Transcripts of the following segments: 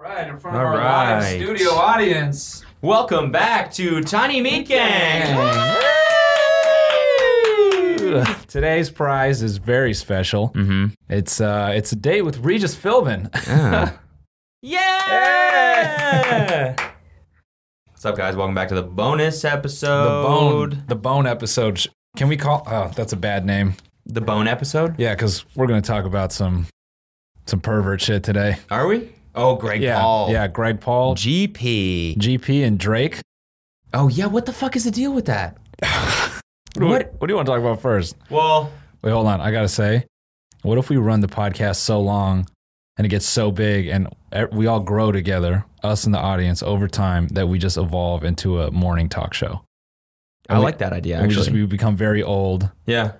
right, in front of All our live right. studio audience. Welcome back to Tiny Meat Gang. Today's prize is very special. mm-hmm. It's uh, it's a date with Regis Philbin. Yeah. What's up, guys? Welcome back to the bonus the episode. bone, the bone episode. Sh- Can we call? Oh, that's a bad name. The bone episode. Yeah, because we're gonna talk about some some pervert shit today. Are we? Oh, Greg yeah, Paul. yeah. Greg Paul, GP. GP, and Drake. Oh yeah. What the fuck is the deal with that? What What do you want to talk about first? Well, Wait, hold on. I gotta say, what if we run the podcast so long and it gets so big and e- we all grow together, us and the audience, over time that we just evolve into a morning talk show. I And we- like that idea and we actually. just we become very old. yeah.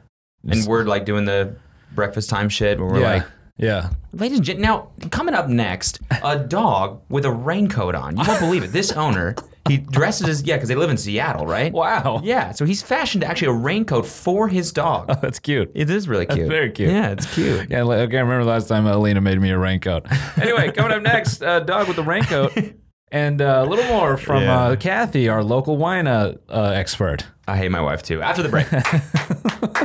And Just- we're like doing the breakfast time shit where we're yeah, like, yeah. ladies and gen- now coming up next, a dog with a raincoat on. You won't believe it. This owner, he dresses as yeah, because they live in Seattle, right? Wow. Yeah, so he's fashioned actually a raincoat for his dog. That's cute. It is really cute. very cute. Yeah, it's cute. Yeah, like, okay, I remember last time Alina made me a raincoat. Anyway, coming up next, uh, dog with a raincoat, and uh, a little more from Yeah. uh, Kathy, our local wine uh, uh, expert. I hate my wife too. After the break.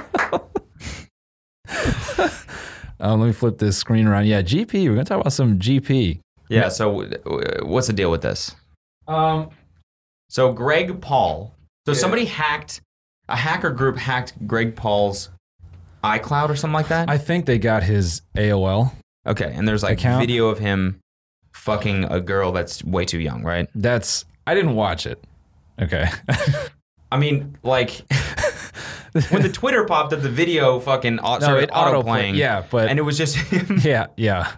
Uh, let me flip this screen around. Yeah, GP. We're gonna talk about some GP. yeah, so w- w- what's the deal with this? Um, So Greg Paul. So somebody hacked a hacker group hacked Greg Paul's iCloud or something like that. I think they got his AOL. okay, and there's like Account? video of him fucking a girl that's way too young, right? That's I didn't watch it. Okay. I mean, like when the Twitter popped up, the video fucking au- started it auto auto-play- playing. yeah, but- and it was just him yeah, yeah.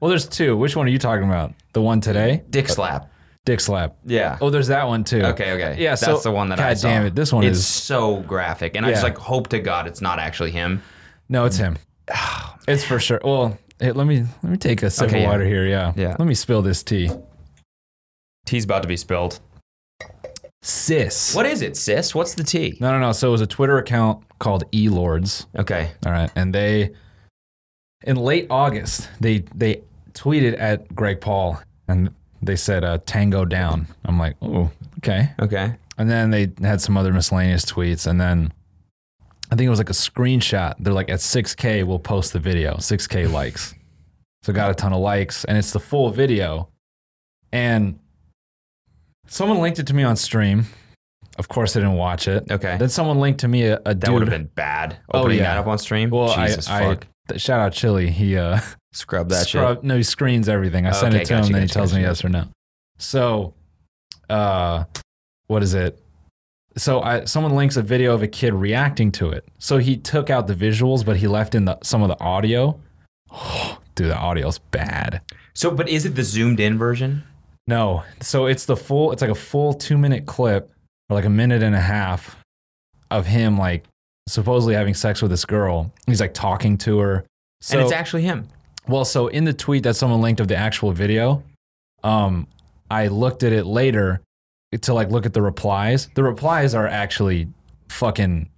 Well, there's two. Which one are you talking about? The one today, dick slap. Dick Slap. Yeah. Oh, there's that one too. Okay, okay. Yeah, that's so- the one that I God saw. damn it, this one it's is- so graphic, and I just Yeah. like hope to God it's not actually him. No, it's him. it's for sure. Well, hey, let me let me take a sip Okay, of yeah. water here. Yeah. Yeah. Let me spill this tea. Tea's about to be spilled. Sis. What is it, sis? What's the tea? No, no, no. So it was a Twitter account called eLords. Okay. All right, and they in late August they they tweeted at Greg Paul and they said uh, Tango down. I'm like, oh, okay. Okay. And then they had some other miscellaneous tweets, and then I think it was like a screenshot. They're like, at 6K, we'll post the video, 6K likes. So got a ton of likes, and it's the full video. And someone linked it to me on stream. Of course, I didn't watch it. Okay. Then someone linked to me a, a That would dude. have been bad. Oh, Opening yeah. that up on stream. well, I- Jesus I, fuck. th- shout out Chili. He uh, Scrub that scrub- No, he screens everything. I send Okay, it to gotcha, him, then he gotcha, tells me gotcha. yes or no. So, uh, what is it? So I, someone links a video of a kid reacting to it. So he took out the visuals, but he left in the, some of the audio. dude, the audio's bad. shit. So, but is it the zoomed in version? No, so it's the full. It's like a full two minute clip, or like a minute and a half, of him like supposedly having sex with this girl. He's like talking to her. So, and it's actually him. Well, so in the tweet that someone linked of the actual video, um, I looked at it later to like look at the replies. The replies are actually fucking.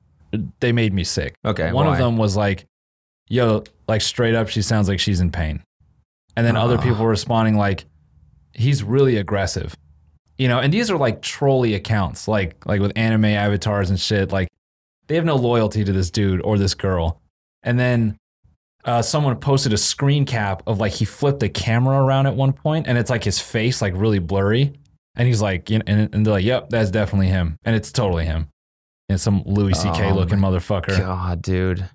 They made me sick. Okay, One why? of them was like, "Yo, like straight up, she sounds like she's in pain," and then other Ah. people were responding like, "He's really aggressive," you know. And these are like trolley accounts, like like with anime avatars and shit. Like they have no loyalty to this dude or this girl. And then uh, someone posted a screen cap of like he flipped a camera around at one point, and it's like his face like really blurry, and he's like, you know, and, and they're like, "Yep, that's definitely him," and it's totally him. And some Louis C.K. Oh looking motherfucker. God, dude.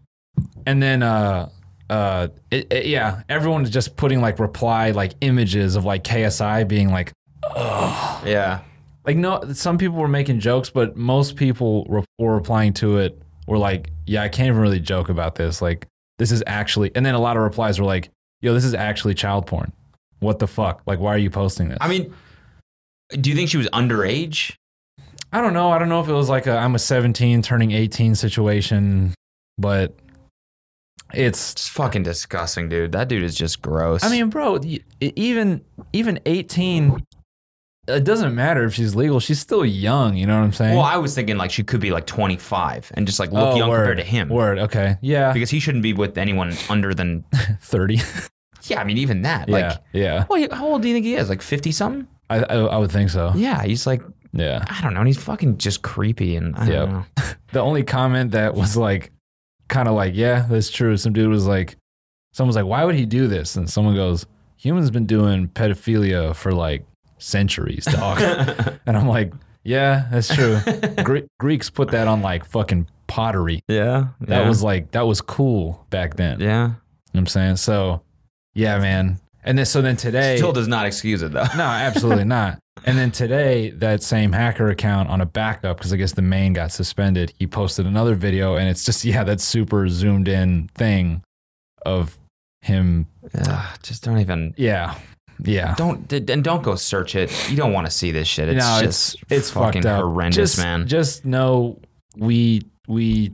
And then, uh, uh, it, it- yeah, everyone is just putting like reply like images of like KSI being like, Yeah. like no. Some people were making jokes, but most people re- were replying to it were like, yeah, I can't even really joke about this. Like this is actually. And then a lot of replies were like, yo, this is actually child porn. What the fuck? Like, why are you posting this? I mean, do you think she was underage? I don't know. I don't know if it was like a I'm a 17 turning 18 situation, but it's It's fucking disgusting, dude. That dude is just gross. I mean, bro, y- e, even even 18 it doesn't matter if she's legal. She's still young, you know what I'm saying? well, I was thinking like she could be like 25 and just like look Oh, young word, compared to him. Word, okay. Yeah. Because he shouldn't be with anyone under than 30. Yeah, I mean, even that. yeah, Like, yeah. what, do you- how old do you think he is? Like 50 something? I, I I would think so. Yeah, he's like, Yeah. I don't know. And he's fucking just creepy. And I don't Yep. know. The only comment that was like, kind of like, yeah, that's true. Some dude was like, someone was like, why would he do this? And someone goes, humans been doing pedophilia for like centuries, dog. and I'm like, yeah, that's true. Gre- Greeks put that on like fucking pottery. Yeah. That was like that was cool back then. You know Yeah. what I'm saying? So yeah, man. And then so then today Still does not excuse it, though. No, absolutely not. And then today that same hacker account on a backup cuz I guess the main got suspended, he posted another video and it's just yeah, that super zoomed in thing of him Ugh, just don't even. yeah. Yeah. Don't d- and don't go search it. You don't want to see this shit. It's no, just it's it's fucking fucked up. horrendous, Just- man. Just know we we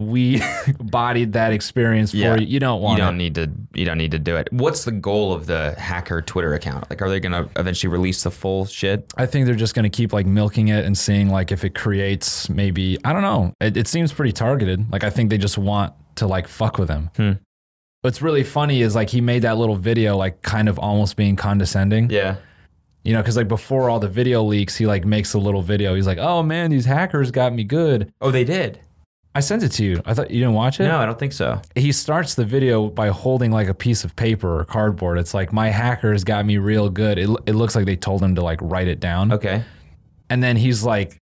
we bodied that experience for Yeah. you. You don't you want don't it. need to. You don't need to do it. What's the goal of the hacker Twitter account? Like, are they gonna eventually release the full shit? I think they're just going to keep like milking it and seeing like if it creates maybe I don't know. It, it seems pretty targeted. Like I think they just want to like fuck with him. Hmm. What's really funny is like he made that little video like kind of almost being condescending. Yeah. You know, because like before all the video leaks, he like makes a little video. He's like, "Oh man, these hackers got me good." Oh, they did. I sent it to you. I thought you didn't watch it. No, I don't think so. He starts the video by holding like a piece of paper or cardboard. It's like my hackers got me real good. It, it looks like they told him to like write it down. Okay. and then he's like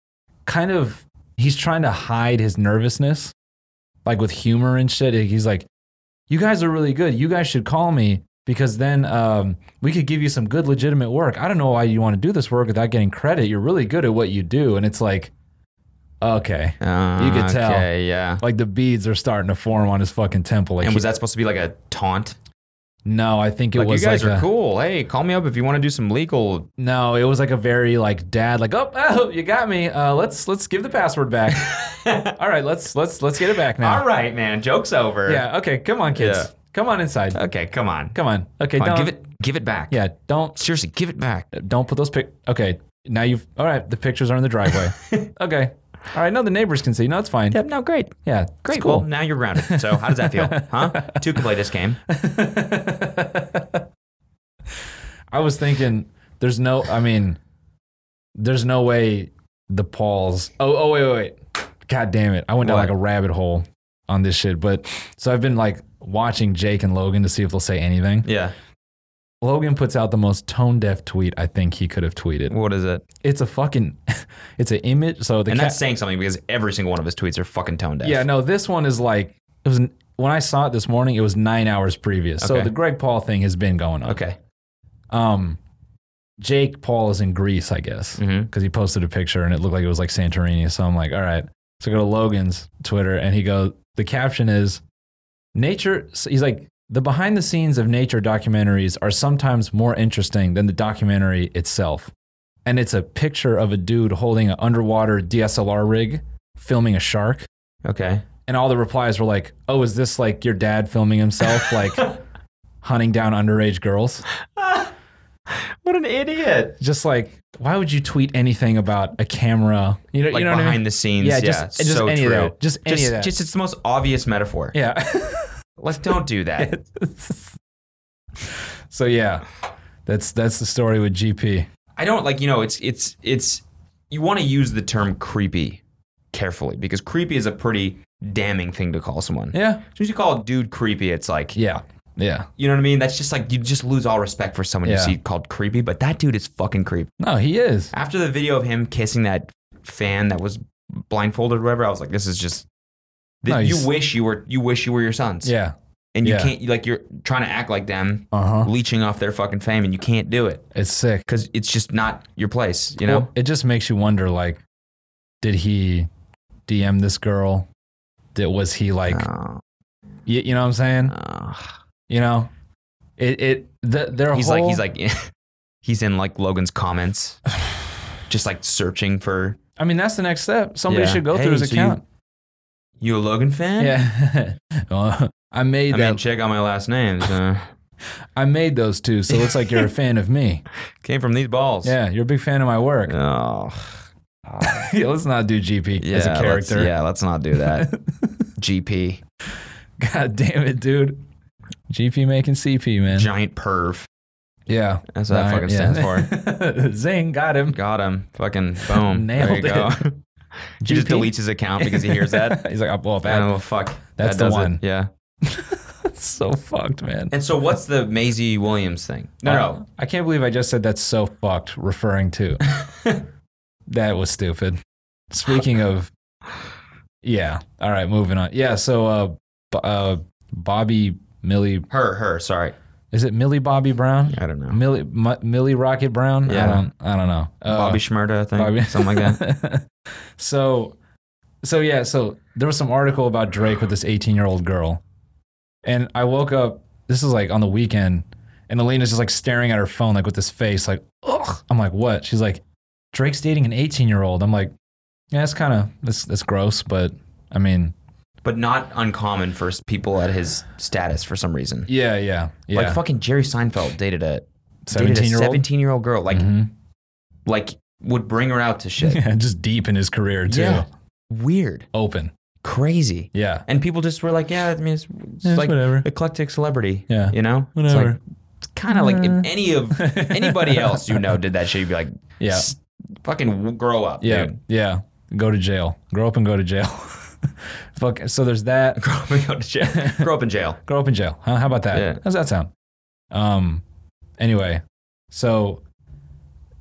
kind of he's trying to hide his nervousness like with humor and shit he's like you guys are really good you guys should call me because then um, we could give you some good legitimate work i don't know why you want to do this work without getting credit you're really good at what you do and it's like okay Uh, You could tell. Okay, yeah. like the beads are starting to form on his fucking temple like and was he- that supposed to be like a taunt? no i think it like, was you guys like are a- cool. Hey, call me up if you want to do some legal. no it was like a very like dad like oh, oh you got me uh, let's let's give the password back all right let's let's let's get it back now All right, man. Joke's over. Yeah. Okay. Come on, kids. Yeah. Come on inside. Okay, come on. Come on. Okay. Come on, don't. give it. Give it back. Yeah. Don't. Seriously, give it back. Don't put those pic. Okay. Now you've. All right. The pictures are in the driveway. okay. All right. No, the neighbors can see. No, it's fine. Yep. No. Great. Yeah. it's Great. cool. Well, now you're grounded. So how does that feel? huh? Two can play this game. I was thinking. There's no. I mean. There's no way the Pauls. Oh. Oh. Wait. Wait. Wait. God damn it! I went down What? like a rabbit hole on this shit. But so I've been like watching Jake and Logan to see if they'll say anything. Yeah. Logan puts out the most tone deaf tweet I think he could have tweeted. What is it? It's a fucking, it's an image. So the And cat, that's saying something because every single one of his tweets are fucking tone deaf. yeah, no, this one is like it was when I saw it this morning. It was nine hours previous. So Okay. the Greg Paul thing has been going on. Okay. Um, Jake Paul is in Greece, I guess, because Mhm. he posted a picture and it looked like it was like Santorini. So I'm like, all right. So I go to Logan's Twitter and he goes, the caption is nature. so He's like, the behind the scenes of nature documentaries are sometimes more interesting than the documentary itself. And it's a picture of a dude holding an underwater DSLR rig filming a shark. Okay. And all the replies were like, oh, is this like your dad filming himself, like hunting down underage girls? What an idiot. just like why would you tweet anything about a camera you know Like you know behind what I mean? the scenes. Yeah, Yeah. just- just so any of true. that. Just any of that. Just it's the most obvious metaphor. yeah Like don't do that. so yeah that's that's the story with gp I don't like, you know, it's it's it's you want to use the term creepy carefully because creepy is a pretty damning thing to call someone. yeah As soon as you call a dude creepy, it's like yeah yeah You know what I mean? That's just like you just lose all respect for someone Yeah. you see called creepy, but that dude is fucking creepy. no he is After the video of him kissing that fan that was blindfolded or whatever, I was like, this is just th- No, he's- you wish you were you wish you were your sons. yeah And you yeah. can't like you're trying to act like them, uh-huh leeching off their fucking fame and you can't do it it's sick cuz it's just not your place, you know? Well, it just makes you wonder like did he dm this girl did was he like Oh, you, you know what i'm saying oh. you know it it the, their He's whole, like he's like he's in like Logan's comments just like searching for i mean that's the next step somebody Yeah. should go Hey, through his so you- account you a Logan fan? yeah well, i made I that mean, check out my last name. So. I made those two, so it looks like you're a fan of me. Came from these balls. Yeah, you're a big fan of my work. Oh. Yeah, let's not do GP Yeah, as a let's- character. yeah, let's not do that. GP. God damn it, dude. GP making CP, man. Giant perv. Yeah. That's what that fucking stands for. for. Zing, got him. Got him. Fucking boom. Nailed there you go. it. he just GP. deletes his account because he hears that. He's like, oh, well, Bad. that, Oh fuck. That's the That does it. one. Yeah. that's so fucked, man. Uh, And so what's the Maisie Williams thing? No, no. I can't believe I just said that's so fucked, referring to. that was stupid. Speaking of, yeah. All right, moving on. Yeah. So, uh, B- uh, Bobby Millie, Her, her, sorry. is it Millie Bobby Brown? I don't know. Millie, M- Millie Rocket Brown? Yeah. I don't, I don't know. Uh, Bobby Schmerda, I think. Bobby- Something like that. so, so yeah, so there was some article about Drake with this 18 year old girl, and I woke up. This is like on the weekend, and Elena's just like staring at her phone, like with this face, like, ugh. I'm like, what? She's like, Drake's dating an 18 year old. I'm like, yeah, that's kind of that's that's gross, but I mean, But not uncommon for s- people at his status for some reason. yeah, yeah, yeah. Like fucking Jerry Seinfeld dated a 17 year old. 17 year old girl. Like Mm-hmm. like would bring her out to shit. Yeah, just deep in his career too. Yeah. Weird. Open. Crazy. Yeah. And people just were like, yeah, I mean, it's, it's Yeah, it's like whatever. eclectic celebrity. Yeah. You know? It's like, Whatever. it's kind of like if any of anybody else you know did that shit, you'd be like, Yeah. "S- fucking w- grow up. Yeah, Dude. yeah. Go to jail. Grow up and go to jail. Fuck. So there's that. Grow up and go to jail. grow up in jail. Grow up in jail. Huh? How about that? Yeah. How's that sound? Um. Anyway, so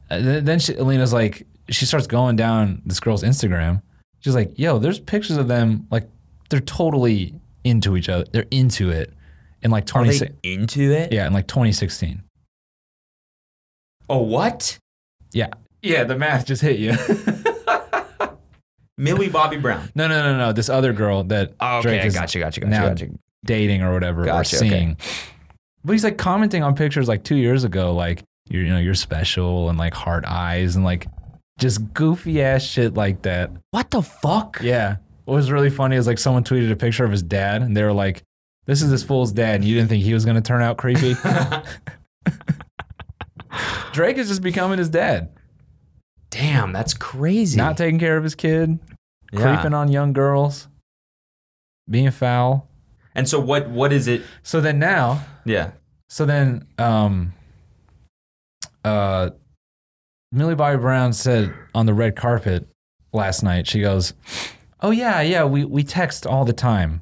uh, th- then she, Alina's like, she starts going down this girl's Instagram. She's like, "Yo, there's pictures of them. Like, they're totally into each other. They're into it." In like Are 20, they into it? yeah, in like 2016. Oh, what? Yeah, yeah. The math just hit you. Millie Bobby Brown. no, no, no, no. This other girl that Oh, Drake okay. is Gotcha, gotcha, gotcha, now- gotcha. dating or whatever or Gotcha, okay. seeing. But he's like commenting on pictures like two years ago, like you're, you know you're special and like heart eyes and like just goofy ass shit like that. What the fuck? Yeah. What was really funny is like someone tweeted a picture of his dad and they were like, "This is this fool's dad." And you didn't think he was gonna turn out creepy. Drake is just becoming his dad, Damn, that's crazy. not taking care of his kid, Yeah. creeping on young girls, being foul. And so what? What is it? So then now Yeah. So then, um, uh, Millie Bobby Brown said on the red carpet last night, she goes, "Oh yeah, yeah, we we text all the time."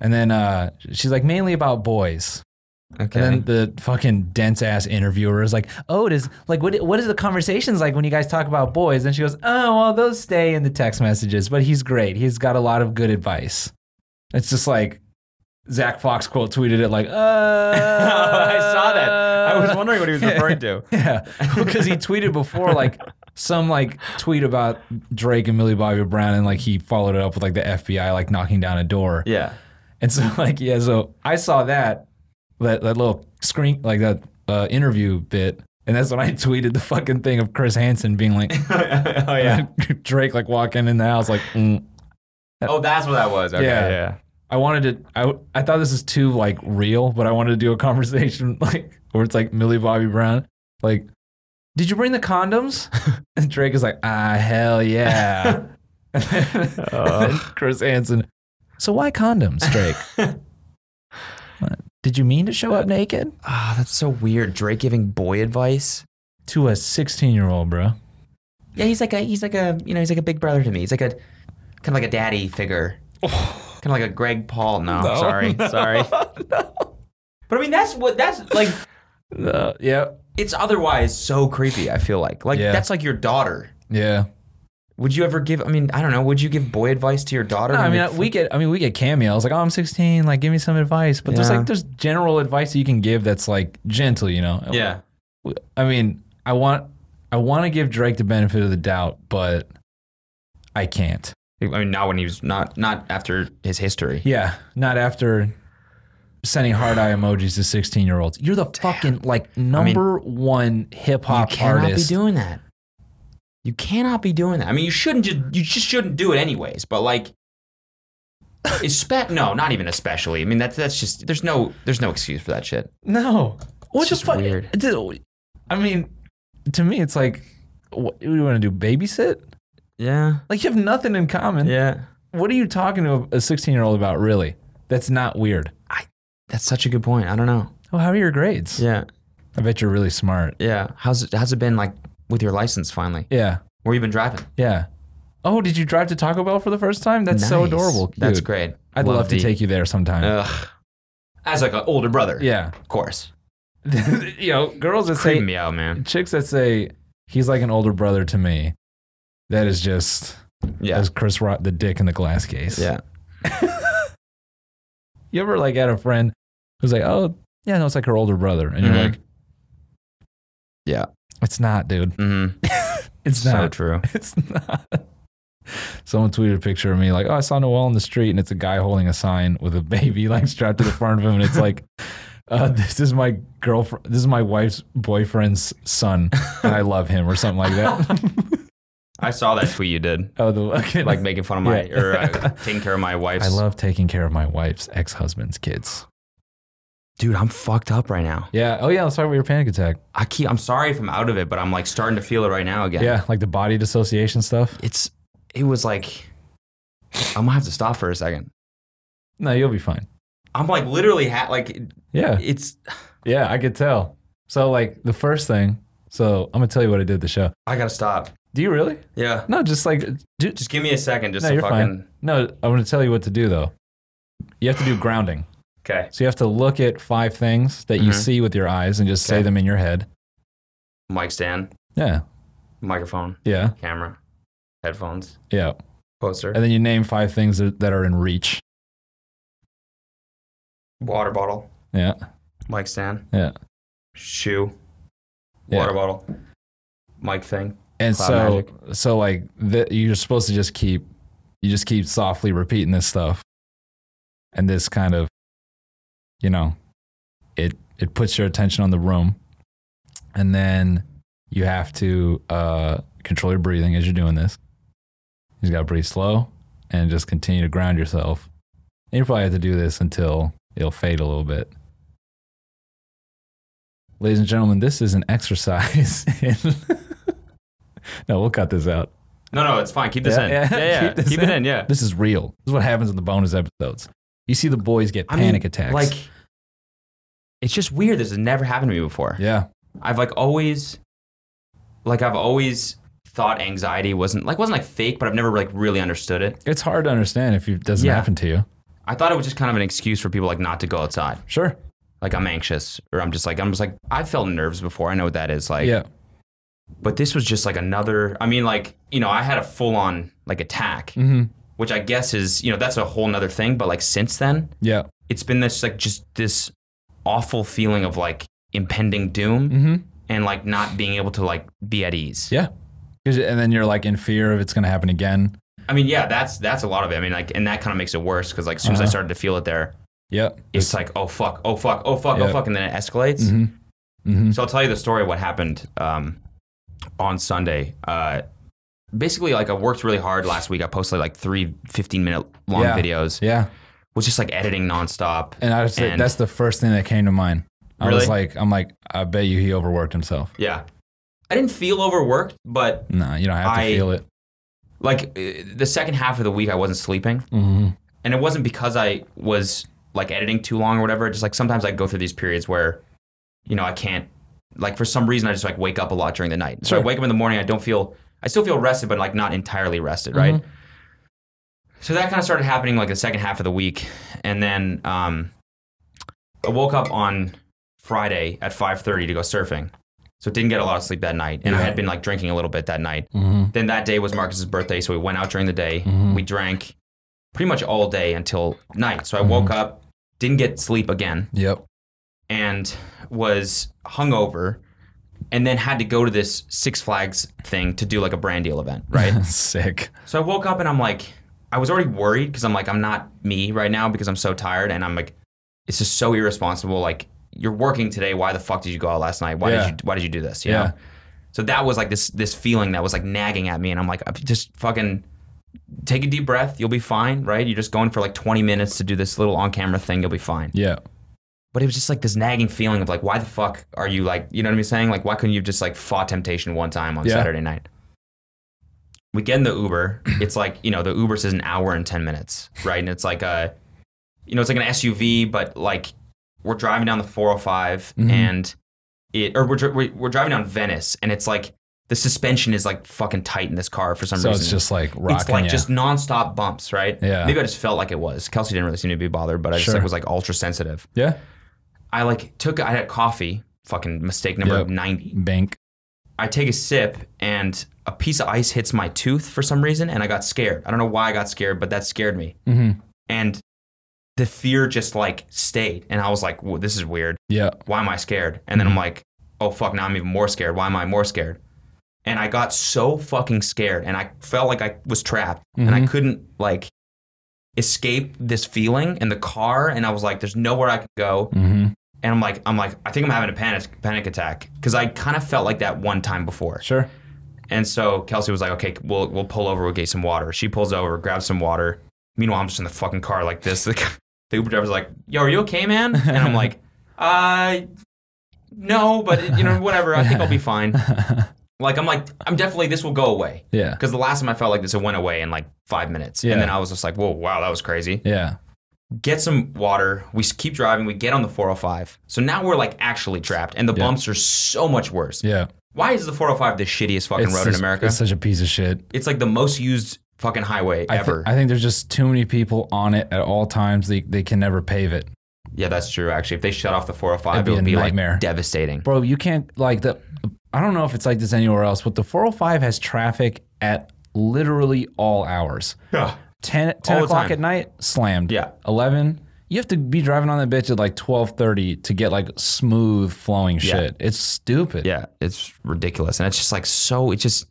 And then uh, she's like, mainly about boys. Okay. And then the fucking dense ass interviewer is like, "Oh, it is like what? What is the conversations like when you guys talk about boys?" And she goes, "Oh, well, those stay in the text messages, but he's great. He's got a lot of good advice." It's just like Zach Fox quote tweeted it like, "Uh, I saw that. I was wondering what he was referring to. yeah, because he tweeted before like some like tweet about Drake and Millie Bobby Brown, and like he followed it up with like the FBI like knocking down a door. Yeah. And so like yeah, so I saw that that that little screen like that uh, interview bit, and that's when I tweeted the fucking thing of Chris Hansen being like oh yeah. Drake like walking in the house like mm. Oh, that's what that was. Okay, Yeah. yeah. I wanted to I I thought this was too like real, but I wanted to do a conversation like where it's like Millie Bobby Brown like. Did you bring the condoms? And Drake is like, ah, hell yeah. and then, and Uh. then Chris Hansen, so why condoms, Drake? What? Did you mean to show up naked? Ah, that's so weird. Drake giving boy advice. to a 16 year old, bro. Yeah, he's like a he's like a you know he's like a big brother to me. He's like a kind of like a daddy figure. kind of like a Greg Paul. Oh. No, No, Oh, sorry, sorry. But I mean, that's what that's like. Uh, yeah. It's otherwise so creepy. I feel like like Yeah. that's like your daughter. Yeah. Would you ever give? I mean, I don't know. Would you give boy advice to your daughter? No, I Who mean, would- we get, I mean, we get cameos like, oh, I'm 16, like, give me some advice. But there's Yeah. like, there's general advice that you can give that's like gentle, you know? yeah. I mean, I want, I want to give Drake the benefit of the doubt, but I can't. I mean, not when he was not not after his history. Yeah. Not after sending hard eye emojis to 16 year olds. You're the fucking like number one hip you hop cannot artist. be doing that. You cannot be doing that. I mean, you shouldn't just you just shouldn't do it anyways. But like, espe- no, not even especially. I mean, that's that's just there's no there's no excuse for that shit. No. What's just just fuck- weird. Dude, I mean, to me, it's like, what do you want to do? Babysit? Yeah, Like, you have nothing in common. yeah. What are you talking to a 16 year old about, really? That's not weird. I That's such a good point. I don't know. Oh, how are your grades? Yeah. I bet you're really smart. Yeah. How's it how's it been like with your license finally? Yeah. Where you been driving? Yeah. Oh, did you drive to Taco Bell for the first time? That's so Nice. adorable. That's Cute. great. I'd love, to the- Oh. take you there sometime. Ugh. As like an older brother. yeah. Of course. you know, girls that Creeping say me out, man. chicks that say he's like an older brother to me. That is just Yeah. as Chris Rock the dick in the glass case. Yeah. You ever like had a friend who's like, Oh, yeah, no, it's like her older brother. And you're Mhm. like Yeah. It's not, dude. Mm-hmm. It's so not. true. It's not. Someone tweeted a picture of me like, oh, I saw Noel on the street, and it's a guy holding a sign with a baby like strapped to the front of him, and it's like, uh, this is my girlfriend, this is my wife's boyfriend's son, and I love him or something like that. I saw that tweet you did. oh, the okay. Like making fun of my Yeah. or uh, taking care of my wife's. I love taking care of my wife's ex husband's kids. Dude, I'm fucked up right now. Yeah. Oh yeah. Let's talk about your panic attack. I keep. I'm sorry if I'm out of it, but I'm like starting to feel it right now again. Yeah, like the body dissociation stuff. It's. It was like. I'm gonna have to stop for a second. No, you'll be fine. I'm like literally ha- like it- Yeah. it's. Yeah, I could tell. So like the first thing. So I'm gonna tell you what I did at the show. I gotta stop. Do you really? Yeah. No, just like do, Just give me a second. Just No, to you're fucking. fine. No, I'm going to tell you what to do though. You have to do grounding. Okay. So you have to look at five things that you Mhm. see with your eyes and just say Okay. them in your head. Mic stand, Yeah. microphone, Yeah. camera, headphones, Yeah. poster, And then you name five things that that are in reach. water bottle, Yeah. mic stand. Yeah. Shoe. Yeah. Water bottle. Mic thing. And Cloud so magic. so like th- you're supposed to just keep you just keep softly repeating this stuff. And this kind of you know, it it puts your attention on the room. And then you have to uh, control your breathing as you're doing this. You just got to breathe slow and just continue to ground yourself. And you probably have to do this until it'll fade a little bit. Ladies and gentlemen, this is an exercise. in- no, we'll cut this out. No, no, it's fine. Keep this Yeah, in. yeah. Yeah, yeah. Keep this Keep it in. in. Yeah. This is real. This is what happens in the bonus episodes. You see the boys get I panic mean, attacks. Like, it's just weird. This has never happened to me before. yeah, I've like always, like I've always thought anxiety wasn't like wasn't like fake, but I've never like really understood it. it's hard to understand if it doesn't Yeah. happen to you. I thought it was just kind of an excuse for people like not to go outside. Sure. Like I'm anxious, or I'm just like I'm just like I felt nerves before. I know what that is like. yeah. But this was just like another. I mean, like you know, I had a full on like attack, hmm which I guess is you know that's a whole nother thing. But like since then, Yeah. it's been this like just this awful feeling of like impending doom Mm-hmm. and like not being able to like be at ease. Yeah. 'Cause- And then you're like in fear of it's going to happen again. I mean, yeah, that's that's a lot of it. I mean, like, and that kind of makes it worse because like as soon as I Uh-huh. started to feel it there, Yep. it's like, oh fuck, oh fuck, oh fuck, Yeah. oh fuck, and then it escalates. hmm hmm So I'll tell you the story of what happened um, on Sunday. Uh, basically, like I worked really hard last week. I posted like three 15 minute long Yeah. videos. Yeah. Was just like editing nonstop. And I just, And- that's the first thing that came to mind. I was Really? like, I'm like, I bet you he overworked himself. Yeah, I didn't feel overworked, but Nah, you don't have to I- feel it. like uh, the second half of the week I wasn't sleeping. Mm-hmm. and it wasn't because I was like editing too long or whatever. Just like sometimes I go through these periods where, you know, I can't like for some reason I just like wake up a lot during the night. So Sure. I wake up in the morning, I don't feel I still feel rested, but like not entirely rested, right? Mm-hmm. So that kind of started happening like the second half of the week. And then um I woke up on Friday at five thirty to go surfing. So didn't get a lot of sleep that night. And I Yeah. had been like drinking a little bit that night hmm then that day was Marcus's birthday, so we went out during the day. Mhm. We drank pretty much all day until night. So I woke up, didn't get sleep again, Yep. and was hungover, and then had to go to this Six Flags thing to do like a brand deal event, right? Sick. so I woke up and I'm like, I was already worried because I'm like, I'm not me right now because I'm so tired, and I'm like, it's just so irresponsible. Like you're working today. Why the fuck did you go out last night? Why Yeah. did you Why did you do this? You Yeah. know? So that was like this this feeling that was like nagging at me, and I'm like, just fucking take a deep breath. You'll be fine, right? You're just going for like 20 minutes to do this little on camera thing. You'll be fine. Yeah. But it was just like this nagging feeling of like, why the fuck are you like, you know what I'm saying? Like, why couldn't you have just like fought temptation one time on Yeah. Saturday night? We get in the Uber. It's like you know the Uber says an hour and 10 minutes, right? And it's like a, you know, it's like an SUV, but like we're driving down the 405 Mhm. and it or we're, dri- we- we're driving down Venice and it's like the suspension is like fucking tight in this car for some so reason. it's just like rocking. it's like ya. just nonstop bumps, right? Yeah. Maybe I just felt like it was. Kelsey didn't really seem to be bothered, but I just Sure. like, was like ultra sensitive. yeah. I like took I had coffee, fucking mistake number Yep. 90. Bank. I take a sip and a piece of ice hits my tooth for some reason and I got scared. I don't know why I got scared, but that scared me. Mm-hmm. And the fear just like stayed. And I was like, "Whoa, this is weird. Yeah. Why am I scared? And then I'm like, oh fuck, now I'm even more scared. Why am I more scared? And I got so fucking scared and I felt like I was trapped and I couldn't like escape this feeling in the car and I was like, there's nowhere I can go. Mm-hmm. And I'm like, I'm like, I think I'm having a panic panic attack. Cause I kind of felt like that one time before. Sure. And so Kelsey was like, okay, we'll, we'll pull over, we'll get some water. She pulls over, grabs some water. Meanwhile, I'm just in the fucking car like this. The, guy- the Uber driver's like, yo, are you okay, man? And I'm like, uh, no, but you know, whatever. I think I'll be fine. Like, I'm like, I'm definitely, this will go away. Yeah. Because the last time I felt like this, it went away in like five minutes. Yeah. And then I was just like, whoa, wow, that was crazy. Yeah. Get some water. We s- keep driving. We get on the 405. So now we're like actually trapped. And the Yeah. bumps are so much worse. Yeah. Why is the 405 the shittiest fucking It's road in such- America? It's such a piece of shit. it's like the most used fucking highway I, thi- ever. I think there's just too many people on it at all times. They, they can never pave it. yeah, that's true. Actually, if they shut off the 405, It'd be it would a be nightmare. like devastating. Bro, you can't, like, the. I don't know if it's like this anywhere else, but the 405 has traffic at literally all hours. Yeah, 10, 10 All the o'clock time. at night, slammed. Yeah. 11, you have to be driving on that bitch at like 12.30 to get like smooth flowing shit. It's stupid. yeah, it's ridiculous, and it's just like so. It just,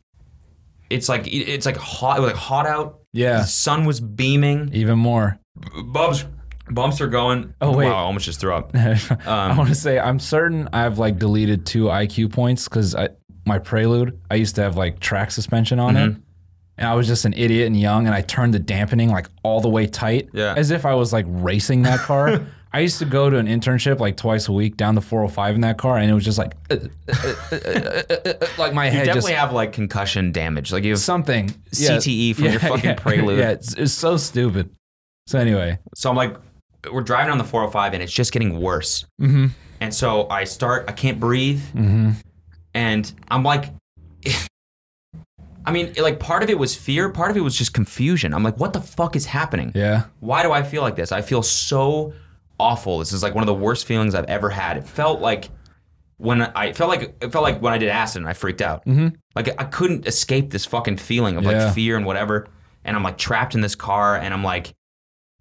it's like it- it's like hot. It was like hot out. Yeah. The sun was beaming. Even more. Bumps, bumps are going. Oh, wait. wow, I almost just threw up. I Um, want to say I'm certain I've like deleted two IQ points because I my Prelude I used to have like track suspension on Mm-hmm. it, and I was just an idiot and young, and I turned the dampening like all the way tight, Yeah. as if I was like racing that car. I used to go to an internship like twice a week down the 405 in that car, and it was just like uh, uh, uh, uh, uh, uh, uh, like my you head just definitely have like concussion damage. Like you have something CTE from E your fucking yeah, Prelude. Yeah, it's, it's so stupid. So anyway, So I'm like, we're driving on the 405 and it's just getting worse. And so I start, I can't breathe. And I'm like, I mean, it- like part of it was fear, part of it was just confusion. I'm like, what the fuck is happening? yeah, Why do I feel like this? I feel so awful. This is like one of the worst feelings I've ever had. It felt like when I it felt like it felt like when I did acid and I freaked out. Mm-hmm. Like I couldn't escape this fucking feeling of Yeah. like fear and whatever. And I'm like trapped in this car and I'm like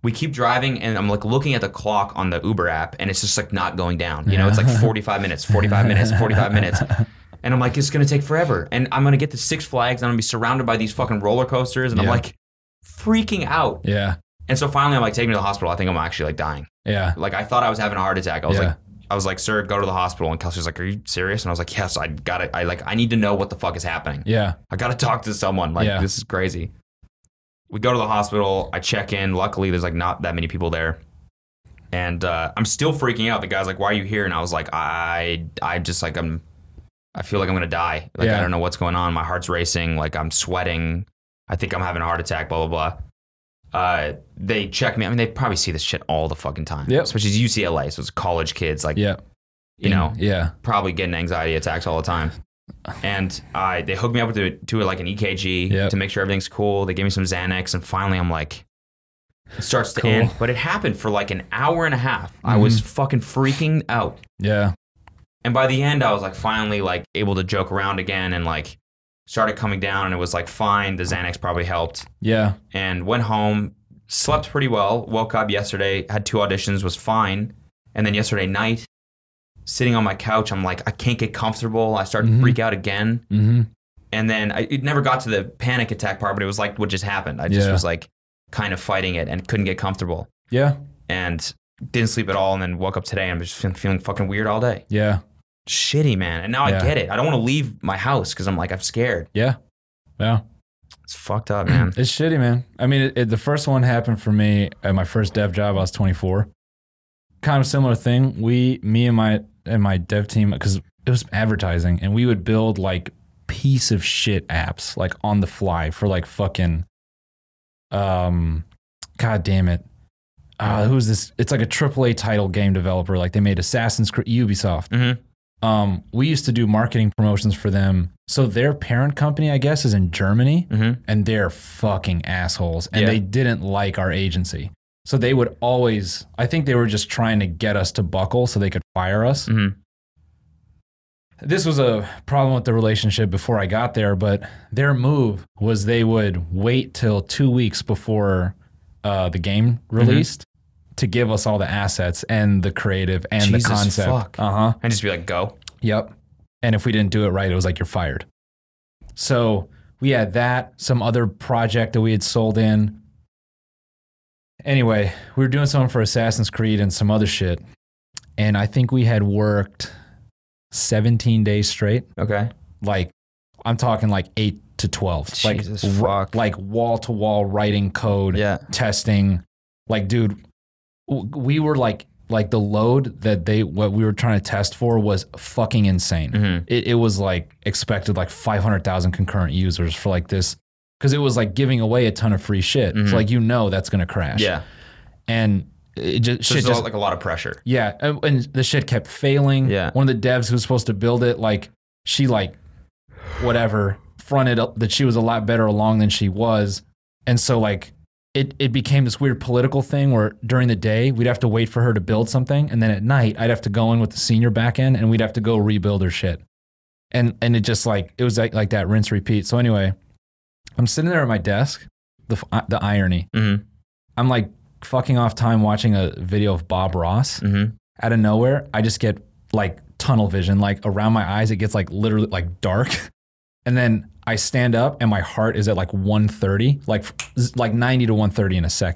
we keep driving and I'm like looking at the clock on the Uber app and it's just like not going down. You know, it's like 45 minutes, 45 minutes, 45 minutes. And I'm like, it's gonna take forever. And I'm gonna get to Six Flags. and I'm gonna be surrounded by these fucking roller coasters. And I'm Yeah. like freaking out. yeah, And so finally, I'm like, take me to the hospital. I think I'm actually like dying. yeah. Like I thought I was having a heart attack. I was Yeah. like, I was like, sir, go to the hospital. And Kelsey's like, are you serious? And I was like, yes, I got it. I like, I need to know what the fuck is happening. Yeah, I got to talk to someone. Like Yeah. this is crazy. We go to the hospital. I check in. Luckily, there's like not that many people there. And uh, I'm still freaking out. The guy's like, "Why are you here?" And I was like, "I, I just like I'm, I feel like I'm gonna die. Like Yeah. I don't know what's going on. My heart's racing. Like I'm sweating. I think I'm having a heart attack. Blah blah blah." Uh, they check me. I mean, they probably see this shit all the fucking time. Yep. Especially UCLA, so it's college kids. Like, yeah. Mm, you know, yeah. probably getting anxiety attacks all the time. And I, they hooked me up with a, to like an EKG Yep. to make sure everything's cool. They gave me some Xanax, and finally, I'm like, it starts to Cool. Mm-hmm. end. But it happened for like an hour and a half. I was fucking freaking out. Yeah. And by the end, I was like finally like able to joke around again and like started coming down, and it was like fine. The Xanax probably helped. Yeah. And went home, slept pretty well. Woke up yesterday, had two auditions, was fine. And then yesterday night, sitting on my couch, I'm like, I can't get comfortable. I start to freak out again. Mm-hmm. And then I, it never got to the panic attack part, but it was like what just happened. I just Yeah. was like kind of fighting it and couldn't get comfortable Yeah. and didn't sleep at all. And then woke up today and I'm just feeling, feeling fucking weird all day. Yeah. Shitty, man. And now Yeah. I get it. I don't want to leave my house because I'm like, I'm scared. Yeah. Yeah. It's fucked up, man. It's shitty, man. I mean, it, it, the first one happened for me at my first dev job. I was 24. Kind of similar thing. We, me and my and my dev team, because it was advertising, and we would build like piece of shit apps like on the fly for like fucking, um, god damn it, uh, who's this? It's like a AAA title game developer. Like they made Assassin's Creed, Ubisoft. Mhm. Um, we used to do marketing promotions for them. So their parent company, I guess, is in Germany, Mhm. and they're fucking assholes. And Yeah. they didn't like our agency, so they would always. I think they were just trying to get us to buckle so they could fire us. Mhm. This was a problem with the relationship before I got there, but their move was they would wait till two weeks before uh, the game Mm-hmm. released to give us all the assets and the creative and Jesus the concept. fuck. Uh huh. And just be like, go. Yep. And if we didn't do it right, it was like you're fired. So we had that, some other project that we had sold in. Anyway, we were doing something for Assassin's Creed and some other shit. And I think we had worked 17 days straight. Okay. Like, I'm talking like eight to 12. Jesus like, r- fuck. like wall to wall writing code Yeah. testing. Like, dude, w- we were like, like the load that they what we were trying to test for was fucking insane. Mhm. It, it was like expected like five hundred thousand concurrent users for like this because it was like giving away a ton of free shit. Mhm. So like you know that's gonna crash. Yeah. and it just So shit it's just like a lot of pressure. yeah, and, and the shit kept failing. Yeah. One of the devs who was supposed to build it, like, she, like, whatever, fronted up that she was a lot better along than she was. And so, like, it, it became this weird political thing where during the day, we'd have to wait for her to build something. And then at night, I'd have to go in with the senior back end and we'd have to go rebuild her shit. And, and it just like, it was like, like that rinse repeat. So, anyway, I'm sitting there at my desk, the, f- the irony. Mhm. I'm like fucking off time watching a video of Bob Ross Mm-hmm. out of nowhere, I just get like tunnel vision, like around my eyes, it gets like literally like dark. And then I stand up and my heart is at like 130, like z- like 90 to 130 in a second.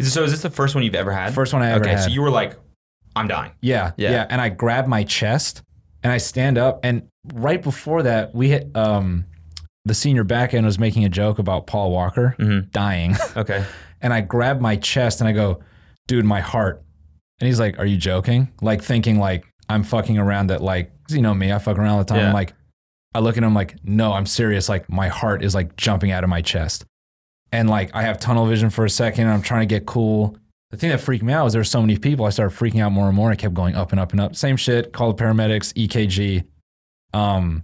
So is this the first one you've ever had? First one I ever okay. had. So you were like, I'm dying. yeah, Yeah. yeah, And I grab my chest and I stand up. And right before that, we hit um, the senior back end was making a joke about Paul Walker Mhm. dying. Okay. and I grab my chest and I go, dude, my heart. And he's like, are you joking? Like thinking like I'm fucking around that like, 'cause you know me, I fuck around all the time. Yeah. I'm like, I look at him like, no, I'm serious. Like my heart is like jumping out of my chest. And like I have tunnel vision for a second and I'm trying to get cool. The thing that freaked me out was there were so many people. I started freaking out more and more. I kept going up and up and up. Same shit. Call the paramedics, EKG. Um,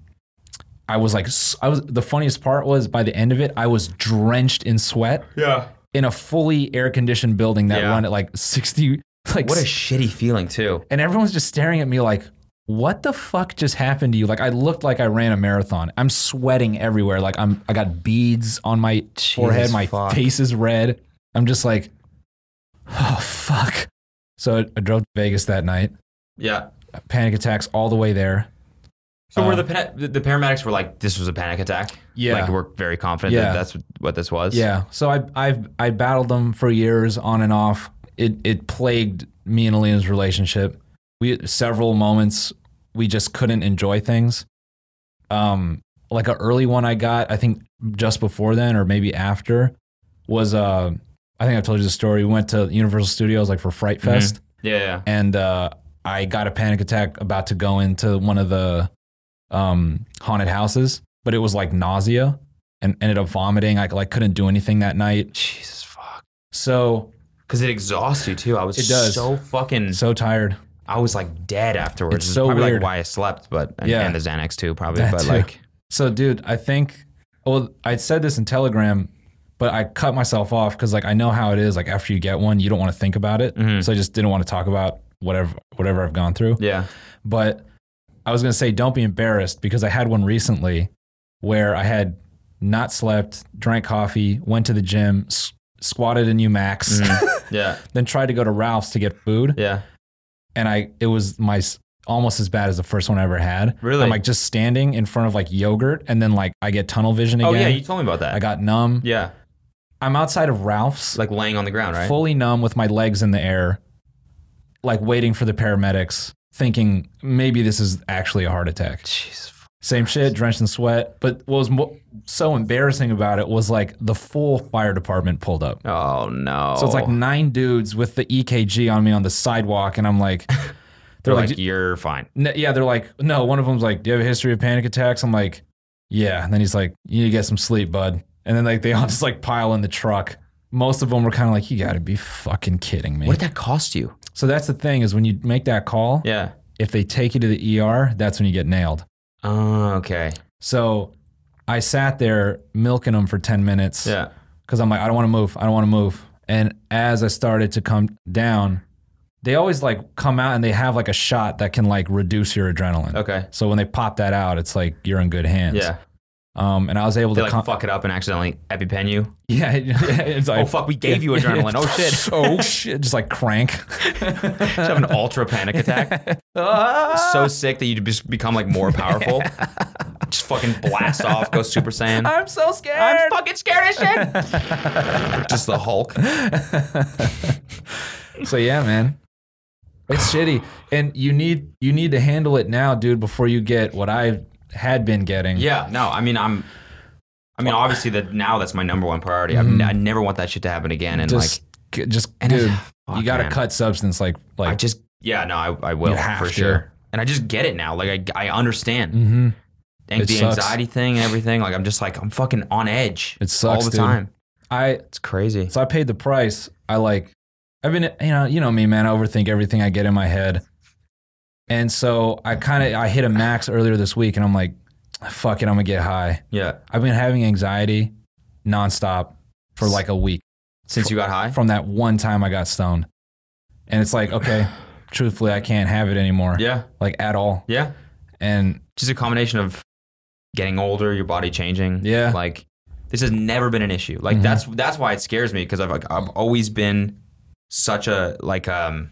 I was like, s- I was, the funniest part was by the end of it, I was drenched in sweat Yeah. in a fully air conditioned building that Yeah. run at like 60 like What a shitty feeling too. and everyone's just staring at me like what the fuck just happened to you like i looked like i ran a marathon i'm sweating everywhere like i'm i got beads on my forehead my fuck. face is red i'm just like oh fuck so i, I drove to vegas that night Yeah. panic attacks all the way there So were Um, the pan- the the paramedics were like, this was a panic attack. Yeah. Like we're very confident Yeah. that that's what this was. Yeah. So I I've I battled them for years on and off. It it plagued me and Alina's relationship. We had several moments we just couldn't enjoy things. Um like a early one I got, I think just before then or maybe after was uh I think I've told you the story. We went to Universal Studios like for Fright Fest Yeah. Yeah. and uh I got a panic attack about to go into one of the um haunted houses, but it was like nausea and ended up vomiting. I like couldn't do anything that night. Jesus fuck. So Because it exhausts you too. I was It does. so fucking. so tired. I was like dead afterwards. It's It's so probably weird. like why I slept, but and, Yeah. and the Xanax too, probably. That but too. like, So dude, I think well I said this in Telegram, but I cut myself off cuz like I know how it is like after you get one, you don't want to think about it. Mhm. So I just didn't want to talk about whatever whatever I've gone through. yeah, but I was going to say don't be embarrassed because I had one recently where I had not slept, drank coffee, went to the gym, s- squatted a new max, yeah, then tried to go to Ralph's to get food, yeah. and I it was my s- almost as bad as the first one I ever had. Really? I'm like just standing in front of like yogurt, and then like I get tunnel vision Oh again. yeah, you told me about that. I got numb. yeah, I'm outside of Ralph's, like laying on the ground, right? fully numb with my legs in the air, like waiting for the paramedics, thinking maybe this is actually a heart attack. Jeez, fuck. Same shit, drenched in sweat. But what was mo- so embarrassing about it was like the full fire department pulled up. Oh no. So it's like nine dudes with the EKG on me on the sidewalk, and I'm like, they're like, like, you're fine. "N- yeah, they're like, no. One of them's like, do you have a history of panic attacks? I'm like, yeah. And then he's like, you need to get some sleep, bud. And then like they all just like pile in the truck, most of them were kind of like, you got to be fucking kidding me. What did that cost you? so that's the thing is when you make that call, Yeah. if they take you to the ER, that's when you get nailed. Oh, okay. So I sat there milking them for 10 minutes Yeah. because I'm like, I don't want to move. I don't want to move. And as I started to come down, they always like come out and they have like a shot that can like reduce your adrenaline. Okay. So when they pop that out, it's like you're in good hands. Yeah. Um, and I was able They to like com- fuck it up and accidentally EpiPen you. yeah, it's like, oh fuck, we gave you adrenaline. Oh shit. oh shit, just like crank. Just have an ultra panic attack. so sick that you just become like more powerful. Just fucking blast off, go Super Saiyan. I'm so scared. I'm fucking scared as shit. Just the Hulk. so yeah, man. It's shitty. And you need you need to handle it now, dude, before you get what I had been getting. Yeah. No, I mean, I'm. I mean, obviously, that now that's my number one priority. I mean, I never want that shit to happen again. And Mm-hmm. Just g- just dude, fuck, you gotta man. cut substance like like, I like just, yeah, no, I, I will You have for to. sure. And I just get it now. Like, I, I understand Mhm. and It the sucks. anxiety thing and everything. Like, I'm just like, I'm fucking on edge. It sucks, all the dude. time. I It's crazy. so I paid the price. I like I've been you know, you know me, man, I overthink everything I get in my head. And so I kinda I hit a max earlier this week and I'm like, fuck it, I'm gonna get high. Yeah. I've been having anxiety nonstop for like a week Since you got high. from that one time I got stoned. And it's like, okay, truthfully, I can't have it anymore. Yeah. Like at all. Yeah. And Just a combination of getting older, your body changing. Yeah. Like, this has never been an issue. Like Mhm. that's that's why it scares me because I've like, I've always been such a like um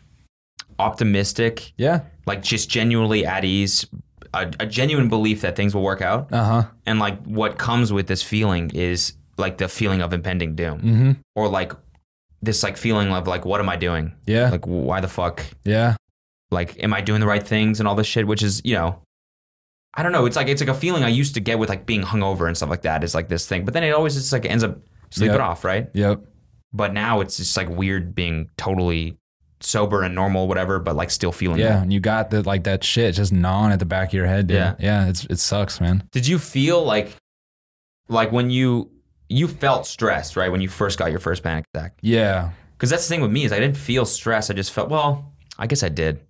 optimistic, yeah. like just genuinely at ease, a, a genuine belief that things will work out. Uh huh. And like what comes with this feeling is like the feeling of impending doom Mm-hmm. or like this like feeling of like what am I doing? Yeah. Like why the fuck yeah. like am i doing the right things and all this shit which is you know i don't know it's like it's like a feeling i used to get with like being hungover and stuff like that is like this thing but then it always just like ends up sleeping Yep. off right Yep. but now it's just like weird being totally sober and normal whatever but like still feeling Yeah. that. And you got that like that shit just gnawing at the back of your head, dude. Yeah. Yeah. It's it sucks, man. did you feel like like when you you felt stressed right when you first got your first panic attack Yeah. because that's the thing with me is i didn't feel stress i just felt well i guess i did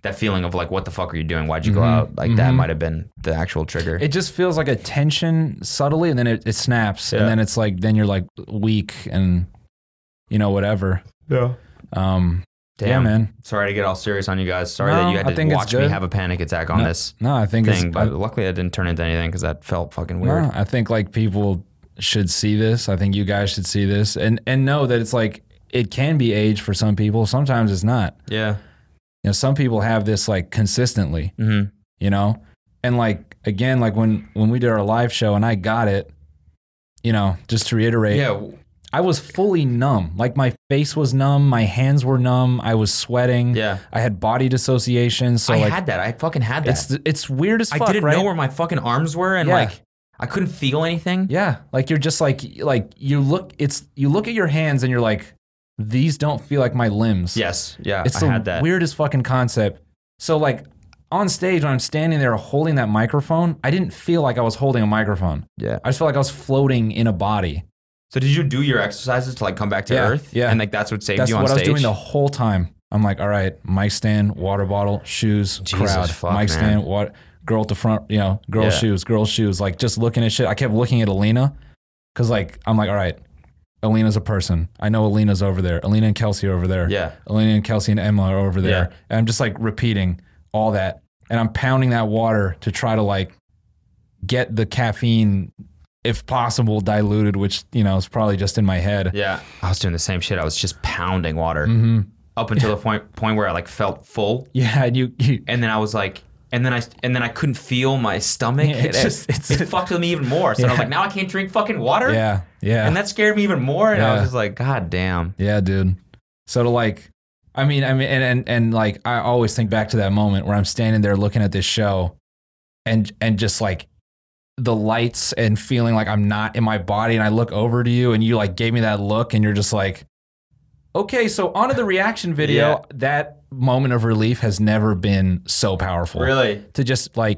that feeling of like what the fuck are you doing why'd you go Mhm. out like that Mhm. might have been the actual trigger It just feels like a tension subtly, and then it, it snaps, Yeah. and then it's like then you're like weak and you know whatever. yeah Um. Damn. Yeah, man. Sorry to get all serious on you guys. Sorry No, that you had I to think it's watch me good. have a panic attack on No, this No, I think thing, it's but luckily that didn't turn into anything because that felt fucking No, weird. I think like people should see this. I think you guys should see this and and know that it's like it can be age for some people. Sometimes it's not. Yeah. You know, some people have this like consistently, hmm you know? And like again, like when when we did our live show and I got it, you know, just to reiterate, Yeah. w- I was fully numb. Like my face was numb, my hands were numb, I was sweating. Yeah. I had body dissociation, so I like had that. I fucking had that. it's it's weird as I fuck, didn't right? know where my fucking arms were and Yeah. like I couldn't feel anything. Yeah, like you're just like like you look it's you look at your hands and you're like these don't feel like my limbs. Yes. Yeah. it's I the had that. weirdest fucking concept. So like on stage when I'm standing there holding that microphone, I didn't feel like I was holding a microphone. Yeah. I just felt like I was floating in a body. So did you do your exercises to like come back to Yeah, earth? yeah. And like that's what saved That's you what on I was stage. doing the whole time. I'm like, all right, mic stand, water bottle, shoes, Jesus crowd, fuck, mic man. stand, what girl at the front, you know, girl Yeah. shoes, girl shoes, like just looking at shit. I kept looking at Alina because like I'm like, all right, Alina's a person. I know Alina's over there. Alina and Kelsey are over there. yeah. Alina and Kelsey and Emma are over there. Yeah. And I'm just like repeating all that. And I'm pounding that water to try to like get the caffeine, if possible, diluted, which, you know, is probably just in my head. Yeah. I was doing the same shit. I was just pounding water hmm up until the point point where I like felt full. Yeah. And you, you and then I was like, and then I and then I couldn't feel my stomach. Yeah, it it's just- it's- it fucked with me even more. So then I was Yeah. like, now I can't drink fucking water. Yeah, yeah, And that scared me even more. And I was Yeah. just like, God damn. yeah, dude. So to like, I mean, I mean, and, and and like, I always think back to that moment where I'm standing there looking at this show, and and just like the lights and feeling like I'm not in my body, and I look over to you, and you like gave me that look, and you're just like, okay, so onto the reaction video. Yeah. That moment of relief has never been so powerful Really? to just like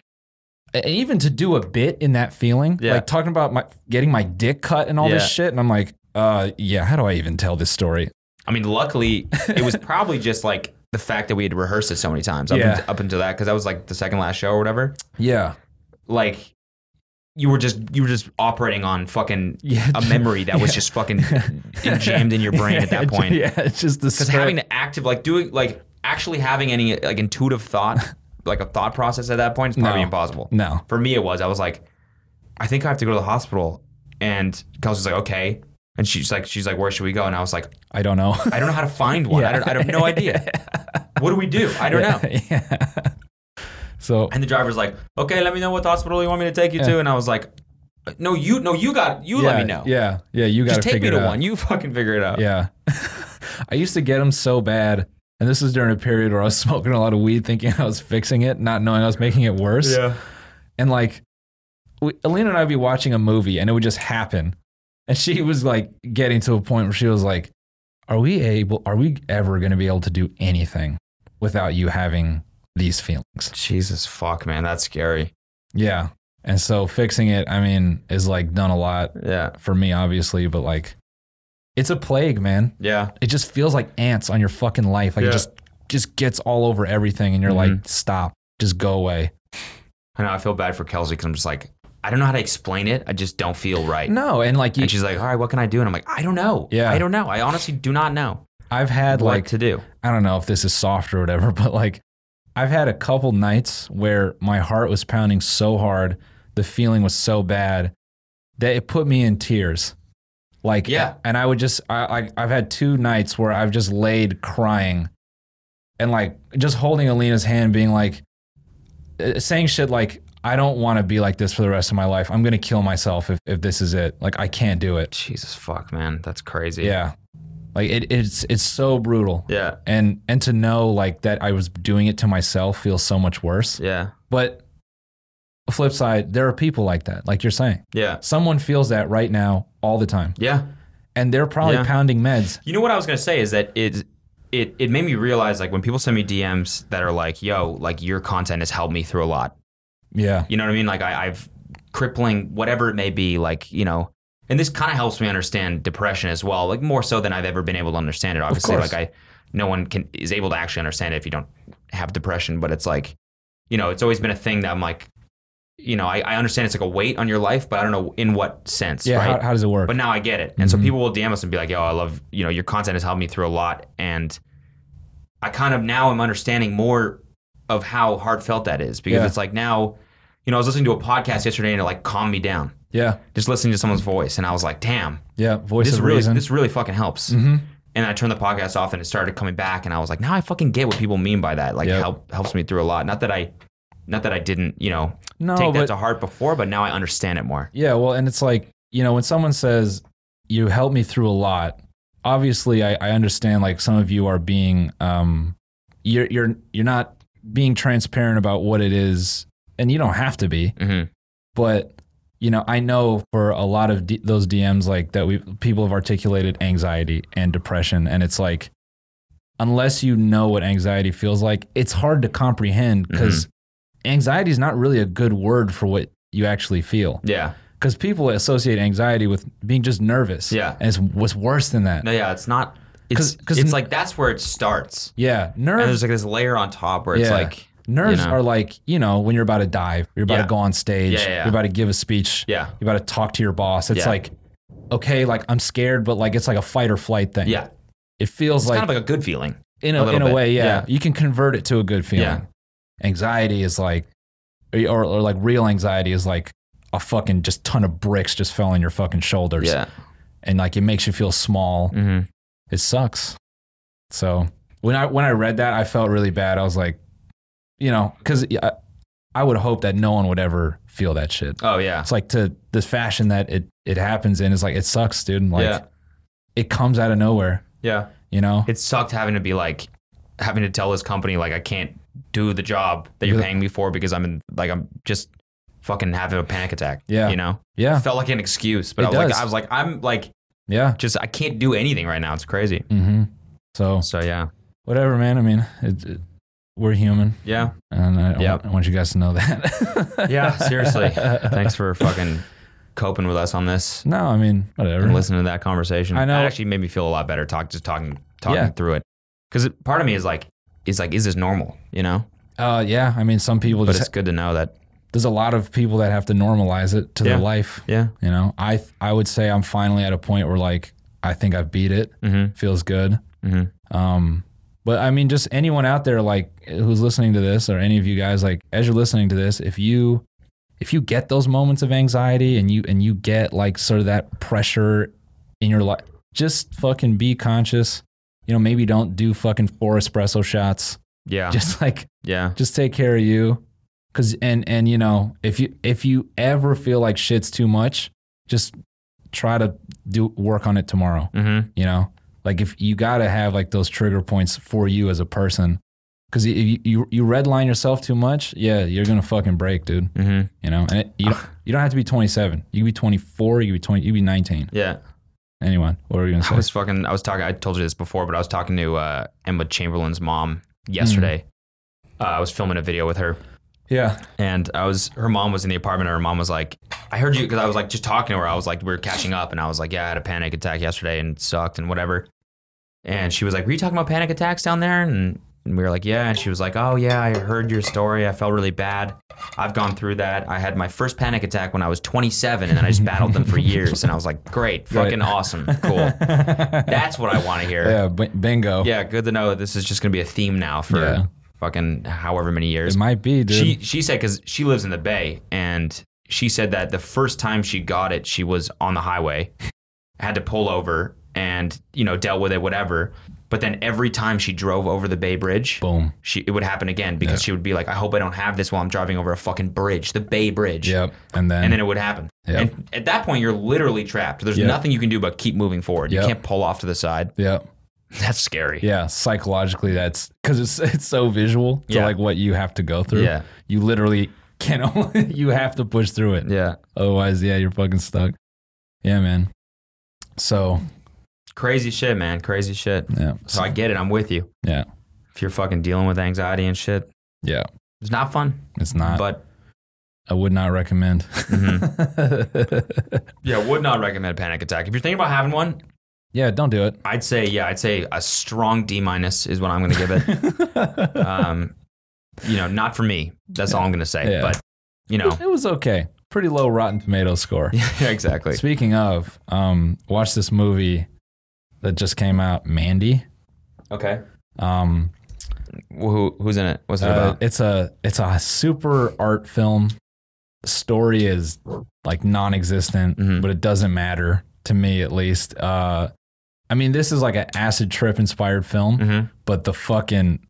and even to do a bit in that feeling Yeah. like talking about my getting my dick cut and all Yeah. this shit and i'm like uh, yeah, how do I even tell this story? I mean, luckily, it was probably just like the fact that we had rehearsed it so many times up, Yeah. until, up until that, because that was like the second last show or whatever. Yeah. Like, you were just you were just operating on fucking Yeah. a memory that was Yeah. just fucking jammed in your brain at that point. Yeah, it's just the Because script. having to active, like doing, like actually having any like intuitive thought, like a thought process at that point is probably No. impossible. no. For me, it was. I was like, I think I have to go to the hospital. And Kelsey's like, okay. And she's like, she's like, where should we go? And I was like, I don't know. I don't know how to find one. I, don't, I have no idea. What do we do? I don't know. yeah. So And the driver's like, okay, let me know what hospital you want me to take you to. And I was like, no, you, no, you got, you yeah, let me know. Yeah. Yeah. You got Just take me figure to it out. one. You fucking figure it out. Yeah. I used to get them so bad. And this was during a period where I was smoking a lot of weed, thinking I was fixing it, not knowing I was making it worse. And like, we, Alina and I would be watching a movie and it would just happen. And she was like getting to a point where she was like, Are we able, are we ever going to be able to do anything without you having these feelings? Jesus fuck, man. That's scary. Yeah. And so fixing it, I mean, is like done a lot Yeah. for me, obviously, but like, it's a plague, man. Yeah. it just feels like ants on your fucking life. Like Yeah. Mm-hmm. it just just gets all over everything, and you're like, stop, just go away. I know. I feel bad for Kelsey because I'm just like, I don't know how to explain it. I just don't feel right. No, and like you, And she's like, all right, what can I do? And I'm like, I don't know. Yeah. I don't know. I honestly do not know I've had what like to do. I don't know if this is soft or whatever, but like I've had a couple nights where my heart was pounding so hard, the feeling was so bad that it put me in tears. Like Yeah. and I would just I, I I've had two nights where I've just laid crying, and like just holding Alina's hand, being like, uh, saying shit like. I don't want to be like this for the rest of my life. I'm gonna kill myself if, if this is it. Like I can't do it. Jesus fuck, man. That's crazy. Yeah, like it, it's it's so brutal Yeah. and and to know like that I was doing it to myself feels so much worse. Yeah. But flip side, there are people like that, like you're saying. Yeah. Someone feels that right now all the time, Yeah. and they're probably Yeah. pounding meds. You know what I was gonna say is that it it it made me realize like when people send me DMs that are like, yo, like your content has helped me through a lot. Yeah, You know what I mean? Like I, I've crippling whatever it may be, like, you know. And this kind of helps me understand depression as well, like more so than I've ever been able to understand it. Obviously, course. like I no one can is able to actually understand it if you don't have depression, but it's like, you know, it's always been a thing that I'm like, you know, I, I understand it's like a weight on your life, but I don't know in what sense, yeah. right? How, how does it work? But now I get it. And so Mhm. people will DM us and be like, yo, I love, you know, your content has helped me through a lot. And I kind of now am understanding more of how heartfelt that is because Yeah. it's like now, you know, I was listening to a podcast yesterday and it like calmed me down. yeah, Just listening to someone's voice and I was like, damn, yeah. Voice this of really reason. this really fucking helps. Mhm. And I turned the podcast off and it started coming back and I was like, now I fucking get what people mean by that. Like Yep. help helps me through a lot. Not that I not that I didn't, you know, no, take Oh, but that to heart before, but now I understand it more. Yeah, well, and it's like, you know, when someone says, you helped me through a lot, obviously I, I understand like some of you are being um you're you're you're not being transparent about what it is and you don't have to be, hmm but you know, I know for a lot of D- those DMs like that we people have articulated anxiety and depression and it's like unless you know what anxiety feels like, it's hard to comprehend Mm-hmm. because anxiety is not really a good word for what you actually feel Yeah. because people associate anxiety with being just nervous. Yeah. and it's what's worse than that. No, yeah, it's not. It's 'Cause- 'cause it's n- like that's where it starts, Yeah, and nerves. there's like this layer on top where it's Yeah. like, nerves you know. are like you know when you're about to dive, you're about Yeah. to go on stage, Yeah, yeah, yeah. you're about to give a speech, yeah, you're about to talk to your boss. It's Yeah. like, okay, like I'm scared, but like it's like a fight or flight thing. yeah, it feels it's like, kind of like a good feeling. in a a, little in a bit. way, yeah, Yeah. you can convert it to a good feeling. Yeah. Anxiety is like, or, or like real anxiety is like a fucking just ton of bricks just fell on your fucking shoulders, Yeah, and like it makes you feel small. hmm it sucks. So when I when I read that, I felt really bad. I was like, you know, because I, I would hope that no one would ever feel that shit. oh yeah, It's like to the fashion that it it happens in is like it sucks, dude. and, Like Yeah. it comes out of nowhere, yeah. you know. It sucked having to be like having to tell this company like I can't do the job that you're Yeah. paying me for because I'm in like I'm just fucking having a panic attack. Yeah. you know, yeah, felt like an excuse, but It I was like, does. I was like, I'm like yeah. just I can't do anything right now. It's crazy. hmm So So yeah, whatever, man. I mean, it, it- we're human, yeah, and I, I Yeah. want, I want you guys to know that. yeah. Seriously, thanks for fucking coping with us on this No, I mean whatever. and listening to that conversation. Mm-hmm. I know. That actually made me feel a lot better. Talk just talking talking Yeah. through it because part of me is like is like is this normal? You know, Uh, yeah, I mean some people but just it's good to know that. there's a lot of people that have to normalize it to their Yeah. life. Yeah. You know, I I would say I'm finally at a point where like I think I've beat it. Mm-hmm. Feels good. Mhm. Um, but I mean, just anyone out there like who's listening to this, or any of you guys, like as you're listening to this, if you if you get those moments of anxiety and you and you get like sort of that pressure in your life, just fucking be conscious. You know, maybe don't do fucking four espresso shots. Yeah. Just like yeah. just take care of you cuz and and you know if you if you ever feel like shit's too much just try to do work on it tomorrow Mm-hmm. you know like if you got to have like those trigger points for you as a person cuz if you, you you redline yourself too much yeah you're going to fucking break dude Mm-hmm. you know and it, you don't, you don't have to be 27 you can be 24 you can be 20 you can be 19 Yeah. anyone what were you going to I say was fucking. I was talking. I told you this before, but I was talking to uh, Emma Chamberlain's mom yesterday. Mm. Uh, I was filming a video with her, yeah and I was her mom was in the apartment, and her mom was like, "I heard you," because I was like just talking to her. I was like, we were catching up, and I was like, "Yeah, I had a panic attack yesterday and it sucked and whatever." And she was like, "Were you talking about panic attacks down there?" And, and we were like, "Yeah." And she was like, "Oh yeah, I heard your story. I felt really bad. I've gone through that. I had my first panic attack when I was 27, and then I just battled them for years." And I was like, "Great, Right. fucking awesome, cool." That's what I want to hear. yeah b- bingo Yeah, good to know that this is just going to be a theme now for Yeah. fucking however many it years. might be dude She she said because she lives in the Bay, and she said that the first time she got it, she was on the highway, had to pull over, and you know dealt with it, whatever. But then every time she drove over the Bay Bridge, boom she it would happen again because she would be like, "I hope I don't have this while I'm driving over a fucking bridge, the Bay Bridge." Yep. And then, And then it would happen. Yep. And at that point, you're literally trapped. There's Yep. nothing you can do but keep moving forward. Yep. You can't pull off to the side. yep. That's scary. Yeah. Psychologically, that's because it's, it's so visual to Yeah. like what you have to go through. Yeah. You literally can only, you have to push through it. Yeah. Otherwise, yeah, you're fucking stuck. Yeah, man. So, Crazy shit, man. Crazy shit. yeah. So I get it. I'm with you. Yeah. If you're fucking dealing with anxiety and shit, yeah. it's not fun. It's not, but I would not recommend. yeah, would not recommend a panic attack. If you're thinking about having one, yeah. Don't do it. I'd say yeah, I'd say a strong D minus is what I'm gonna give it. um, you know, not for me. That's all I'm gonna say. Yeah. But you know, It was okay. Pretty low Rotten Tomato score. yeah, exactly. Speaking of, um, watch this movie that just came out, Mandy. Okay. Um, Who who's in it? What's it Uh, about? It's a it's a super art film. Story is like non-existent, Mhm. but it doesn't matter to me at least. Uh, I mean, this is like an acid trip inspired film, Mm-hmm. but the fucking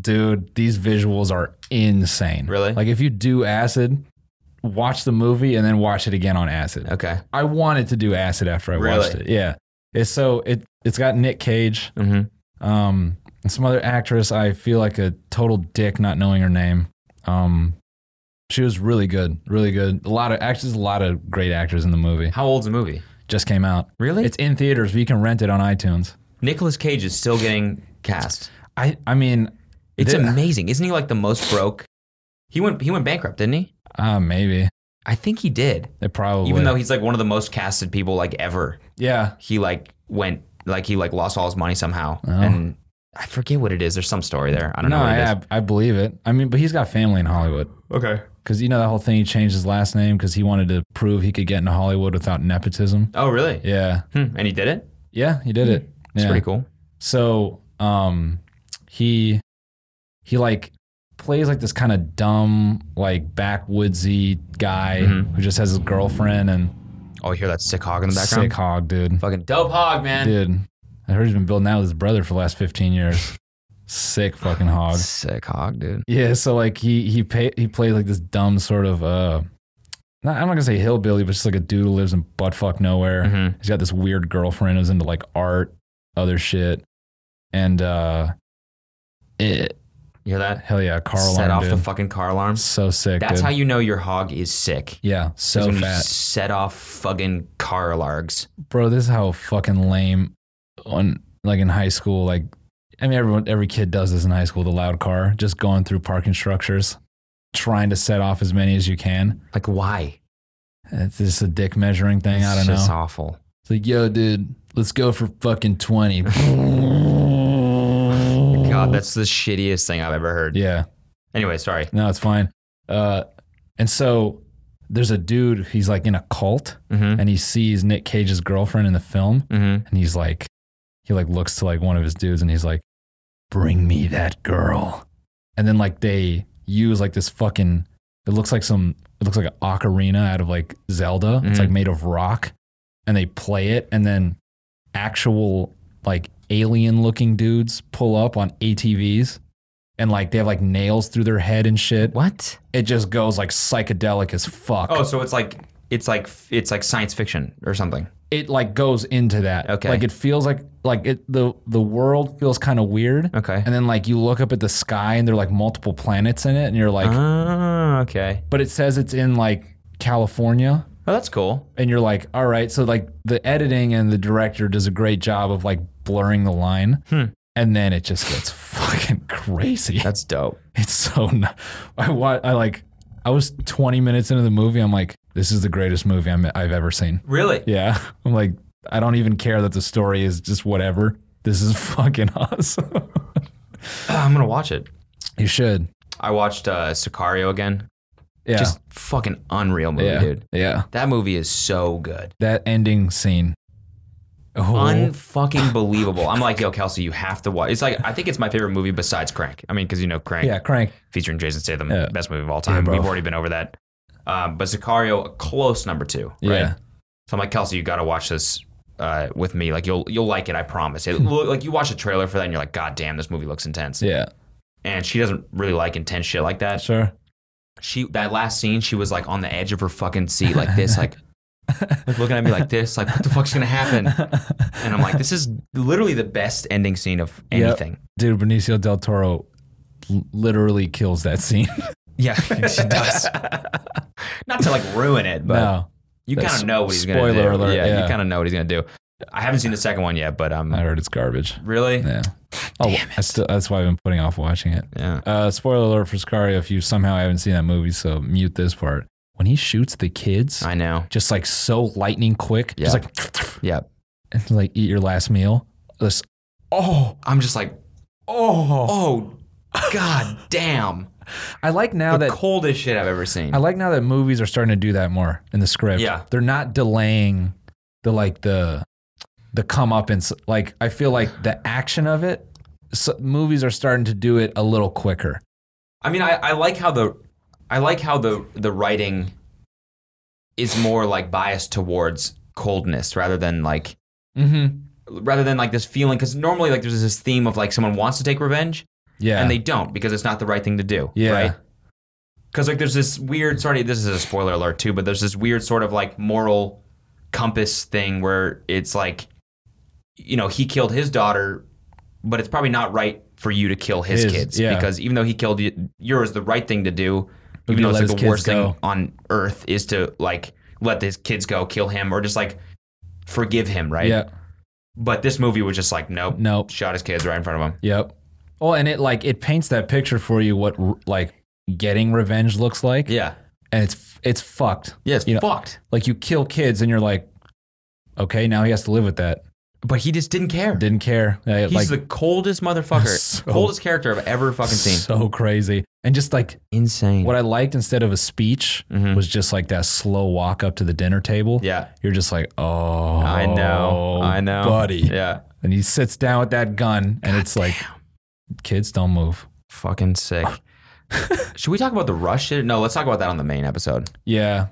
dude, these visuals are insane. Really? Like if you do acid, watch the movie and then watch it again on acid. Okay. I wanted to do acid after I watched Really? it. Yeah. It's so it it's got Nick Cage Mm-hmm. um, and some other actress. I feel like a total dick not knowing her name. Um, she was really good, really good. A lot of actors, a lot of great actors in the movie. How old's the movie? Just came out. Really? It's in theaters. But you can rent it on iTunes. Nicolas Cage is still getting cast. I, I mean, It's Did- amazing, isn't he? Like the most broke. He went. He went bankrupt, didn't he? uh, maybe I think he did. it probably. Even though he's like one of the most casted people like ever, yeah, he like went like he like lost all his money somehow, and I forget what it is. There's some story there. I don't Oh. no, know. What I, I, I believe it. I mean, but he's got family in Hollywood. Okay. Cause you know that whole thing. He changed his last name because he wanted to prove he could get into Hollywood without nepotism. Oh, really? Yeah, Hmm. And he did it. yeah, he did it. It's Yeah. pretty cool. So um he he like plays like this kind of dumb like backwoodsy guy Mhm. who just has his girlfriend and Oh, you hear that sick hog in the background? sick hog dude. Fucking dope hog, man. Dude, I heard he's been building out with his brother for the last 15 years. sick fucking hog. Sick hog, dude. Yeah, so like he he pay, he plays like this dumb sort of uh not, I'm not gonna say hillbilly, but just like a dude who lives in buttfuck nowhere. Mhm. He's got this weird girlfriend who's into like art, other shit, and uh, it, You hear that? hell yeah, Carl set alarm, off the dude. fucking car alarm. so sick. That's dude. how you know your hog is sick. yeah, is so when you fat, set off fucking car alarms. bro. This is how fucking lame on like in high school. Like, I mean, everyone, every kid does this in high school. The loud car, just going through parking structures, trying to set off as many as you can. Like why? It's just a dick measuring thing. I don't It's just know. awful. It's like, yo, dude, let's go for fucking 20. God, that's the shittiest thing I've ever heard. yeah. Anyway, sorry. No, it's fine. Uh, and so there's a dude, he's like in a cult hmm and he sees Nick Cage's girlfriend in the film hmm and he's like, he like looks to like one of his dudes and he's like, bring me that girl. And then like they use like this fucking, it looks like some, it looks like an ocarina out of like Zelda. It's Mhm. like made of rock and they play it and then actual like alien looking dudes pull up on ATVs and like they have like nails through their head and shit What? it just goes like psychedelic as fuck. Oh, so it's like it's like it's like science fiction or something. It like goes into that. Okay. Like it feels like like it the the world feels kind of weird. Okay. And then like you look up at the sky and there are like multiple planets in it and you're like Ah, okay. but it says it's in like California Oh, that's cool. and you're like all right so like the editing and the director does a great job of like blurring the line. Hmm. And then it just gets fucking crazy. That's dope. It's so. n- I wa- I like. I was 20 minutes into the movie. I'm like, this is the greatest movie I'm, I've ever seen. Really? Yeah. I'm like, I don't even care that the story is just whatever. This is fucking awesome. Ah, I'm gonna watch it. you should. I watched uh, Sicario again. Yeah. Just fucking unreal movie, yeah. dude. Yeah. That movie is so good. That ending scene. Oh, Unfucking believable. I'm like, yo, Kelsey, you have to watch. It's like I think it's my favorite movie besides Crank. I mean, because you know Crank yeah. Crank. featuring Jason Statham, Yeah. best movie of all time. bro. We've already been over that. Um, but Sicario, a close number two. Right? Yeah. So I'm like, Kelsey, you got to watch this uh, with me. Like you'll you'll like it. I promise. It, look- like you watch a trailer for that, and you're like, God damn, this movie looks intense. Yeah. And she doesn't really like intense shit like that. Sure. She that last scene, she was like on the edge of her fucking seat, like this, like, like looking at me like this, like what the fuck's gonna happen? And I'm like, this is literally the best ending scene of Yep. anything. Dude, Benicio del Toro l- literally kills that scene. Yeah, she does. Not to like ruin it, but. no. You That's kind of know what he's going to do. spoiler alert, yeah, yeah. you kind of know what he's going to do. I haven't seen the second one yet, but um, I heard it's garbage. really, Yeah. Oh, I still, that's why I've been putting off watching it. yeah. Uh, spoiler alert for Sicario if you somehow haven't seen that movie, so mute this part. When he shoots the kids, I know. just like so lightning quick, just Yeah. like, Yeah, and like eat your last meal. This, oh, I'm just like, oh. oh, god damn, I like now the that. coldest shit I've ever seen. I like now that movies are starting to do that more in the script. Yeah. They're not delaying the like the the come up and s- like I feel like the action of it so movies are starting to do it a little quicker. I mean, I, I like how the, I like how the the writing is more like biased towards coldness rather than like Mm-hmm. Mhm. rather than like this feeling because normally like there's this theme of like someone wants to take revenge Yeah. and they don't because it's not the right thing to do. Yeah. Right? Because like there's this weird sorry this is a spoiler alert too, but there's this weird sort of like moral compass thing where it's like, you know, he killed his daughter, but it's probably not right for you to kill his, His, kids yeah. because even though he killed y- yours, the right thing to do, Would be even though it's let like his the kids worst go. thing on earth, is to like let his kids go, kill him, or just like forgive him, right? Yeah. But this movie was just like, nope, Nope. shot his kids right in front of him. Yep. Well, and it like it paints that picture for you what r- like getting revenge looks like, Yeah, and it's it's fucked. yeah, it's You know- fucked. Like you kill kids, and you're like, okay, now he has to live with that. But he just didn't care. Didn't care. Yeah, He's like the coldest motherfucker, So- coldest character I've ever fucking seen. so crazy, and just like Insane. what I liked instead of a speech Mhm. was just like that slow walk up to the dinner table. yeah, You're just like, oh, I know, I know, buddy. Yeah, And he sits down with that gun, and it's like, kids don't move. fucking sick. Should we talk about the rush shit? No, let's talk about that on the main episode. Yeah,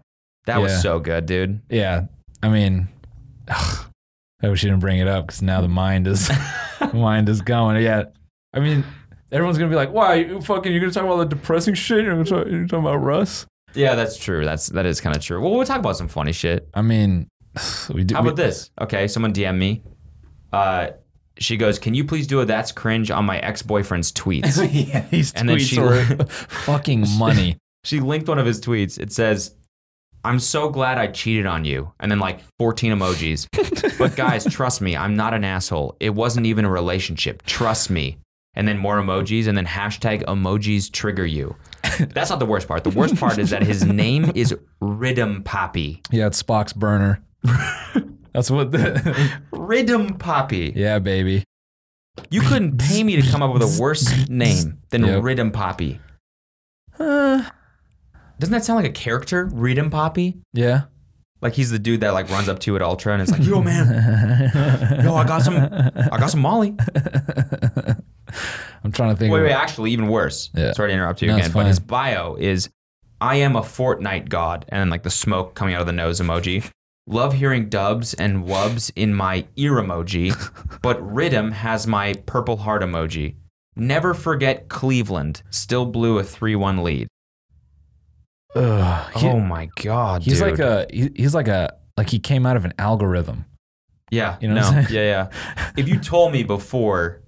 That Yeah. was so good, dude. Yeah, I mean, ugh, I wish you didn't bring it up because now the mind is mind is going. Yeah, I mean, everyone's gonna be like, "Why you fucking? You're gonna talk about the depressing shit? You're, gonna talk, you're talking about Russ?" Yeah, that's true. That's that is kind of true. Well, we'll talk about some funny shit. I mean, we do. How we- about this? Okay, someone DM me. Uh, she goes, "Can you please do a that's cringe on my ex boyfriend's tweets?" yeah, these And then tweets she- were fucking money. She linked one of his tweets. It says, I'm so glad I cheated on you. And then like 14 emojis. but guys, trust me, I'm not an asshole. It wasn't even a relationship. Trust me. And then more emojis and then hashtag emojis trigger you. That's not the worst part. The worst part is that his name is Riddim Poppy. Yeah, it's Spock's burner. That's what. The, Riddim Poppy. yeah, baby. You couldn't pay me to come up with a worse name than Yep. Riddim Poppy. Uh, Doesn't that sound like a character? Riddim Poppy? Yeah. Like he's the dude that like runs up to you at Ultra and is like, "Yo, man, yo, I got some, I got some Molly." I'm trying to think. Wait, of, wait, actually, even worse. Yeah. Sorry to interrupt you No, it's again, but his fine. bio is, "I am a Fortnite god," and then like the smoke coming out of the nose emoji. Love hearing dubs and wubs in my ear emoji, but Riddim has my purple heart emoji. Never forget Cleveland. Still blew a three-one lead. Ugh, he- oh my god, he's dude. like a. he- he's like a. Like he came out of an algorithm. Yeah. You know no. what I'm Yeah, yeah. If you told me before,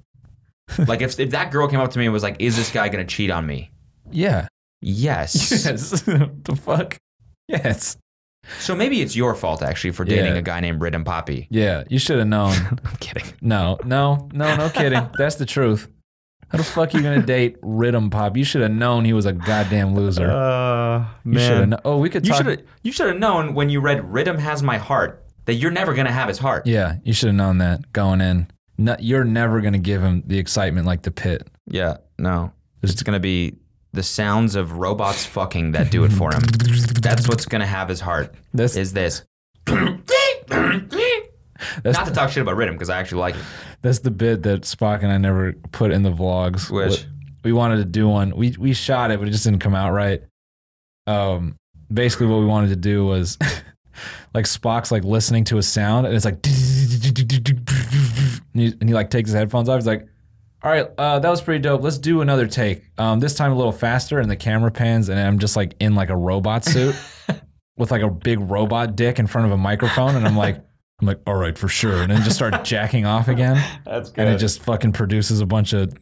like if, if that girl came up to me and was like, "Is this guy gonna cheat on me?" Yeah. Yes. Yes. the fuck. Yes. So maybe it's your fault actually for dating Yeah. a guy named Riddim Poppy. Yeah. You should have known. I'm kidding. No. No. No. No kidding. That's the truth. How the fuck are you gonna date Rhythm Pop? You should have known he was a goddamn loser. Uh, you should have. Kn- oh, we could You talk. should have. You should have known when you read "Riddim has my heart" that you're never gonna have his heart. Yeah, you should have known that going in. No, you're never going to give him the excitement like the pit. Yeah. No. It's gonna be the sounds of robots fucking that do it for him. That's what's gonna have his heart. That's Is this? that's Not to talk shit about Riddim because I actually like it. that's the bit that Spock and I never put in the vlogs. Which? What- we wanted to do one. We we shot it, but it just didn't come out right. Um, basically, what we wanted to do was like Spock's like listening to a sound, and it's like, and he, and he like takes his headphones off. He's like, "All right, uh, that was pretty dope. Let's do another take. Um, this time a little faster." And the camera pans, and I'm just like in like a robot suit with like a big robot dick in front of a microphone, and I'm like. I'm like, all right, for sure, and then just start jacking off again, That's good. and it just fucking produces a bunch of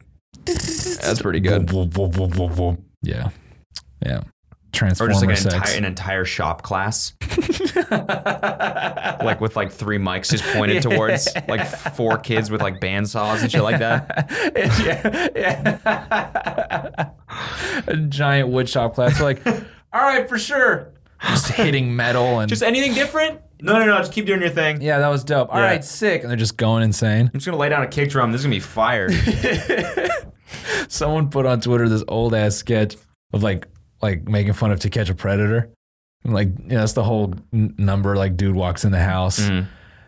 That's pretty Vroom, vroom, vroom, vroom, vroom. Yeah. Yeah. Or Transformer just like an sex. entire, an entire shop class, like with like three mics just pointed towards like four kids with like bandsaws and shit like that. yeah, yeah. a giant wood shop class. Like, all right, for sure. Just hitting metal and Just anything different? No, no, no. Just keep doing your thing. yeah, that was dope. All right, Yeah. sick. And they're just going insane. I'm just gonna lay down a kick drum. This is gonna be fire. Someone put on Twitter this old ass sketch of like like making fun of to catch a predator. And like you know, that's the whole n- number. Like, dude walks in the house, and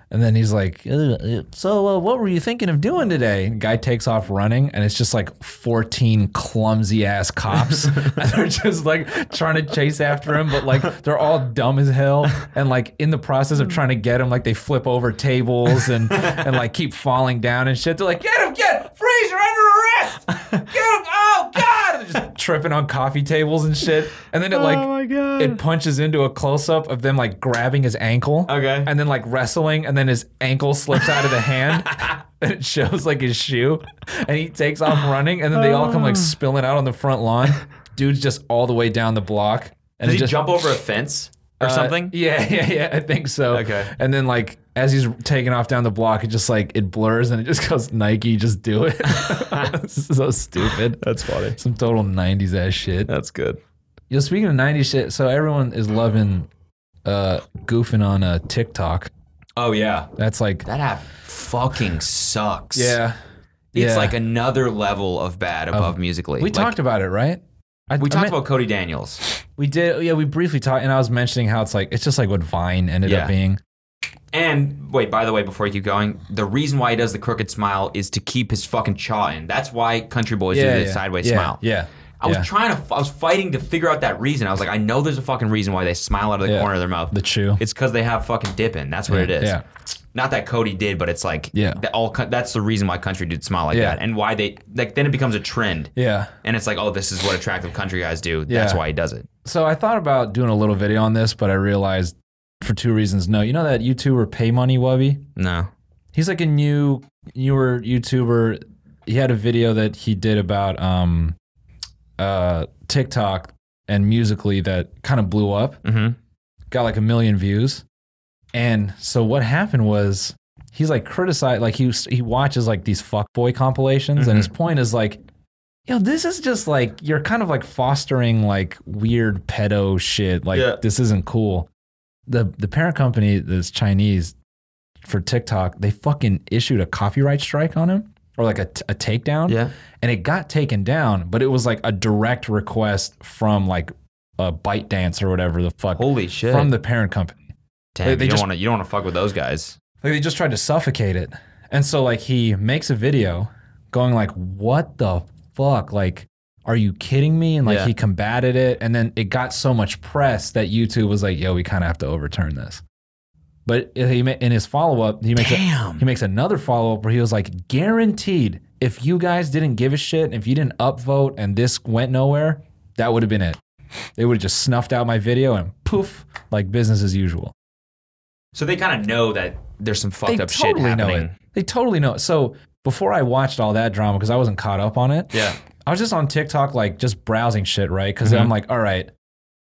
then he's like, "Uh, uh, "So, uh, what were you thinking of doing today?" And guy takes off running, and it's just like fourteen clumsy ass cops, and they're just like trying to chase after him, but like they're all dumb as hell, and like in the process of trying to get him, like they flip over tables and and like keep falling down and shit. They're like, "Get him! Get him! freeze! You're under arrest! Get him! Oh God!" They're just tripping on coffee tables and shit, and then it like Oh god. it punches into a close up of them like grabbing his ankle. Okay. And then like wrestling, and then his ankle slips out of the hand. And it shows like his shoe. And he takes off running, and then they all come like spilling out on the front lawn. Dude's just all the way down the block. And it Did he just, jump over a fence or uh, something? Yeah, yeah, yeah. I think so. Okay. And then like as he's taking off down the block, it just like it blurs and it just goes Nike, just do it. so stupid. That's funny. Some total '90s ass shit. That's good. Yo, speaking of 90s shit, so everyone is loving uh goofing on uh TikTok. Oh yeah, That's like that app fucking sucks. Yeah. It's yeah. like another level of bad above musically. we Like, talked about it, right? I, We I talked meant- about Cody Daniels. we did yeah, we briefly talked and I was mentioning how it's like it's just like what Vine ended Yeah. up being. And wait, by the way, before you keep going, the reason why he does the crooked smile is to keep his fucking chaw in. That's why country boys do the sideways yeah, smile. Yeah. I was yeah. trying to, I was fighting to figure out that reason. I was like, I know there's a fucking reason why they smile out of the Yeah. corner of their mouth. the chew. it's because they have fucking dip in. That's what it is. yeah. Not that Cody did, but it's like Yeah. that all. co- That's the reason why country dudes smile like Yeah. that, and why they like. Then it becomes a trend, yeah. and it's like, oh, this is what attractive country guys do. That's Yeah. why he does it. So I thought about doing a little video on this, but I realized for two reasons. No, you know that YouTuber Pay Money Wubby? No. He's like a new newer YouTuber. He had a video that he did about um uh TikTok and musically that kind of blew up. Mm-hmm. Got like a million views. And so what happened was Mm-hmm. he's like criticized like he was- he watches like these fuckboy compilations and his point is like you know, this is just like you're kind of like fostering like weird pedo shit. Like Yeah. this isn't cool. The the parent company that's Chinese for TikTok, they fucking issued a copyright strike on him or like a, t- a takedown. Yeah. And it got taken down, but it was like a direct request from like a bite dance or whatever the fuck Holy shit. from the parent company. Damn, they- they you don't just- want to. You don't want to fuck with those guys. Like they just tried to suffocate it. And so like he makes a video going like, What the fuck? Like, are you kidding me? And like Yeah. he combated it. And then it got so much press that YouTube was like, yo, we kinda have to overturn this. But he ma- in his follow up, he makes a, Damn. he makes another follow up where he was like, guaranteed if you guys didn't give a shit, and if you didn't upvote and this went nowhere, that would have been it. They would have just snuffed out my video and poof, like business as usual. So they kind of know that there's some fucked they up totally shit happening. Know it. They totally know it. So before I watched all that drama because I wasn't caught up on it. Yeah. I was just on TikTok, like just browsing shit, right? Because Mhm. I'm like, all right,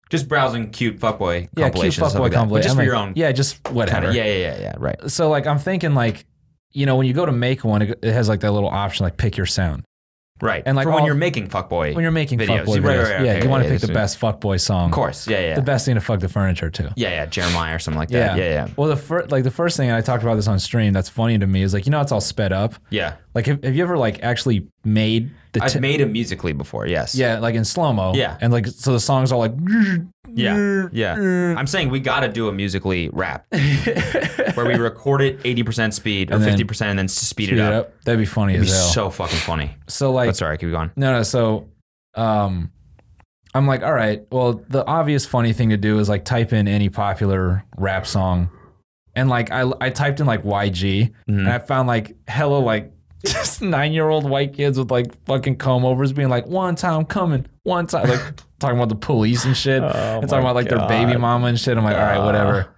Just browsing cute fuckboy yeah, cute compilations. stuff fuckboy like that. But compilation. Just I'm for like, your own. yeah, just whatever. Kind of, yeah, yeah, yeah, yeah. Right. so like I'm thinking like, you know, when you go to make one, it it has like that little option like pick your sound Right. And, like, for when all- you're making fuckboy. when you're making Videos. fuckboy Right, right, videos. right, yeah, okay, you want to yeah, pick the so- best fuckboy song, of course. Yeah, yeah. the best thing to fuck the furniture too. Yeah, yeah. Jeremiah or something like that. Yeah, Yeah. yeah, yeah. Well, the fir- like the first thing and I talked about this on stream that's funny to me is like you know it's all sped up. Like have, have you ever like actually made the I've t- made him musically before. Yes. Yeah, like in slow mo. Yeah. And like, so the songs are like, Yeah. Yeah. I'm saying we got to do a musically rap where we record it 80% speed or And then 50% and then s- speed, Speed it up. That'd be funny It'd be as hell. so fucking funny. so like, But sorry, keep going. no, no. So, um, I'm like, all right. Well, the obvious funny thing to do is like type in any popular rap song, and like I I typed in like YG, Mm-hmm. and I found like hella like just nine year old white kids with like fucking comb overs being like one time coming, one time like talking about the police and shit, Oh and talking about like their baby mama and shit. I'm like, all right, whatever.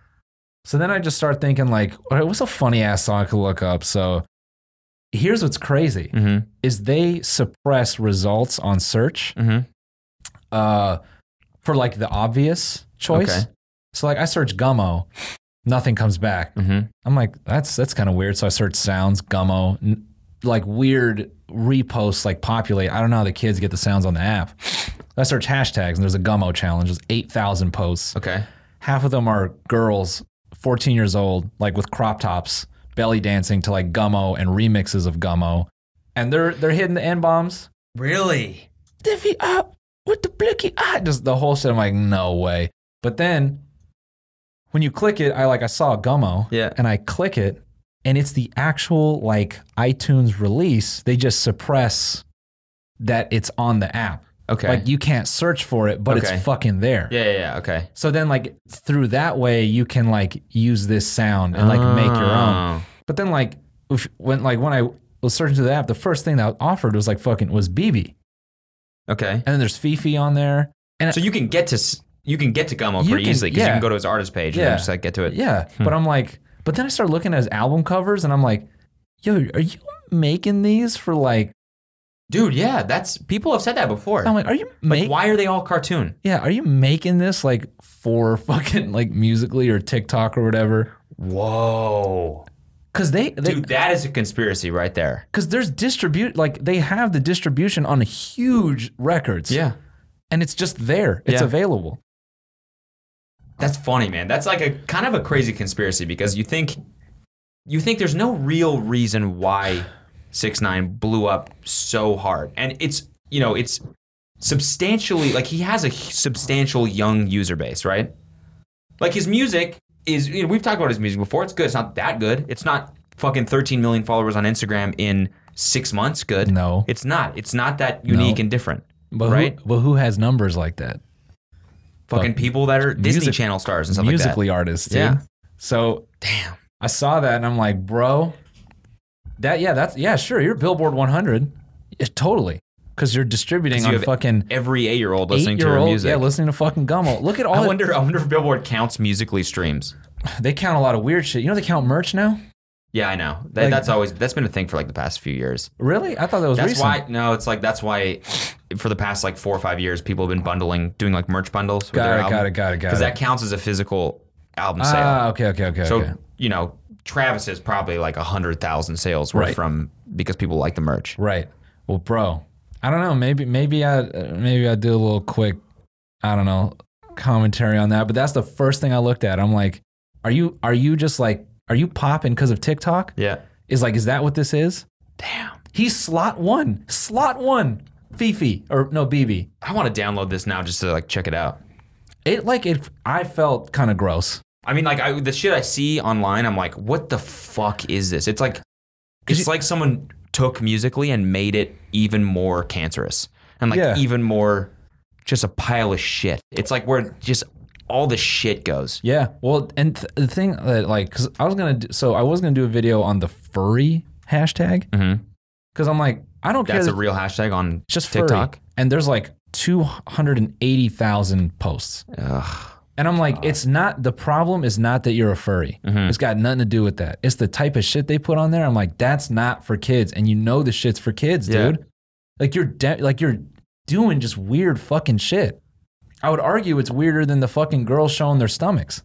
So then I just start thinking like, all right, what's a funny ass song I could look up? So here's what's crazy Mm is they suppress results on search hmm. Mm hmm. uh, for like the obvious choice. Okay. So like I search gummo, nothing comes back. Mm I'm like, that's that's kind of weird. So I search sounds gummo, n- like weird reposts like populate. I don't know how the kids get the sounds on the app. I search hashtags and there's a gummo challenge. There's eight thousand posts. hmm. Okay. Half of them are girls, 14 years old, like with crop tops, belly dancing to like gummo and remixes of gummo. And they're they're hitting the n bombs. Really? Divvy up with the blicky eye. Just the whole shit. I'm like, no way. But then when you click it, I like I saw Gummo. Yeah. And I click it, and it's the actual like iTunes release. They just suppress that it's on the app. Okay. Like you can't search for it, but Okay. it's fucking there. yeah, yeah, yeah. Okay. So then like through that way you can like use this sound and like make your own. Oh. But then like if, when like when I was searching through the app, the first thing that offered was like fucking was BB. Oh. Okay. And then there's Fifi on there. So you can get to s- you can get to Gummo You pretty can- easily because you yeah. can go to his artist page and Yeah. then just like get to it. Yeah. But I'm like, but then I start looking at his album covers and I'm like, yo, are you making these for like, Dude, yeah, that's people have said that before. I'm like, are you making, Why are they all cartoon? yeah, are you making this like for fucking like musically or TikTok or whatever? Whoa. Cause they, they Dude, that is a conspiracy right there. cause there's distribute, like they have the distribution on huge records. And it's just there, it's Yeah. available. That's funny, man. That's like a kind of a crazy conspiracy because you think you think there's no real reason why 6 9 blew up so hard. And it's, you know, it's substantially like he has a h- substantial young user base, right? Like his music is you know, we've talked about his music before. It's good. It's not that good. It's not fucking 13 million followers on Instagram in 6 months good. No. It's not. It's not that unique and different. But right? Who, but who has numbers like that? Fucking people that are Disney music- Channel stars and stuff like that. musically artists, dude. Yeah. So Damn. I saw that and I'm like, bro, that yeah, that's yeah, sure, you're Billboard 100, yeah, totally, because you're distributing 'Cause on you have fucking every eight year old listening eight to year her old, music. yeah, listening to fucking Gummo. Look at all I the- wonder. I wonder if Billboard counts musically streams. they count a lot of weird shit. You know they count merch now? Yeah, I know. That, Like- that's always that's been a thing for like the past few years. Really? I thought that was That's recent. why. No, it's like that's why for the past like four or five years, people have been bundling, doing like merch bundles. With got their it, album, got it, got it, got it, Because um, that counts as a physical album sale. Ah, okay, okay, okay. so okay. you know, Travis's probably like a hundred thousand sales were Right. from because people like the merch. Right. Well, bro, I don't know. Maybe maybe I uh, maybe I do a little quick, I don't know, commentary on that. But that's the first thing I looked at. I'm like, are you are you just like are you popping because of TikTok? Yeah. Is like, is that what this is? Damn. He's slot one. Slot one. Fifi or no BB. I want to download this now just to like check it out. It like it. I felt kind of gross. I mean, like I, the shit I see online, I'm like, what the fuck is this? It's like, it's you- like someone took musically and made it even more cancerous and like Yeah. even more just a pile of shit. It's like where just all the shit goes. Yeah. Well, and th- the thing that like, cause I was gonna, do, so I was gonna do a video on the furry hashtag Mm-hmm. because I'm like, I don't care. That's a that- real hashtag on just TikTok. furry. And there's like 280,000 posts. Ugh. And I'm like, it's not, the problem is not that you're a furry. Hmm. Mm-hmm. It's got nothing to do with that. It's the type of shit they put on there. I'm like, that's not for kids. And you know the shit's for kids, Yeah. dude. Like you're, de- like you're doing just weird fucking shit. I would argue it's weirder than the fucking girls showing their stomachs.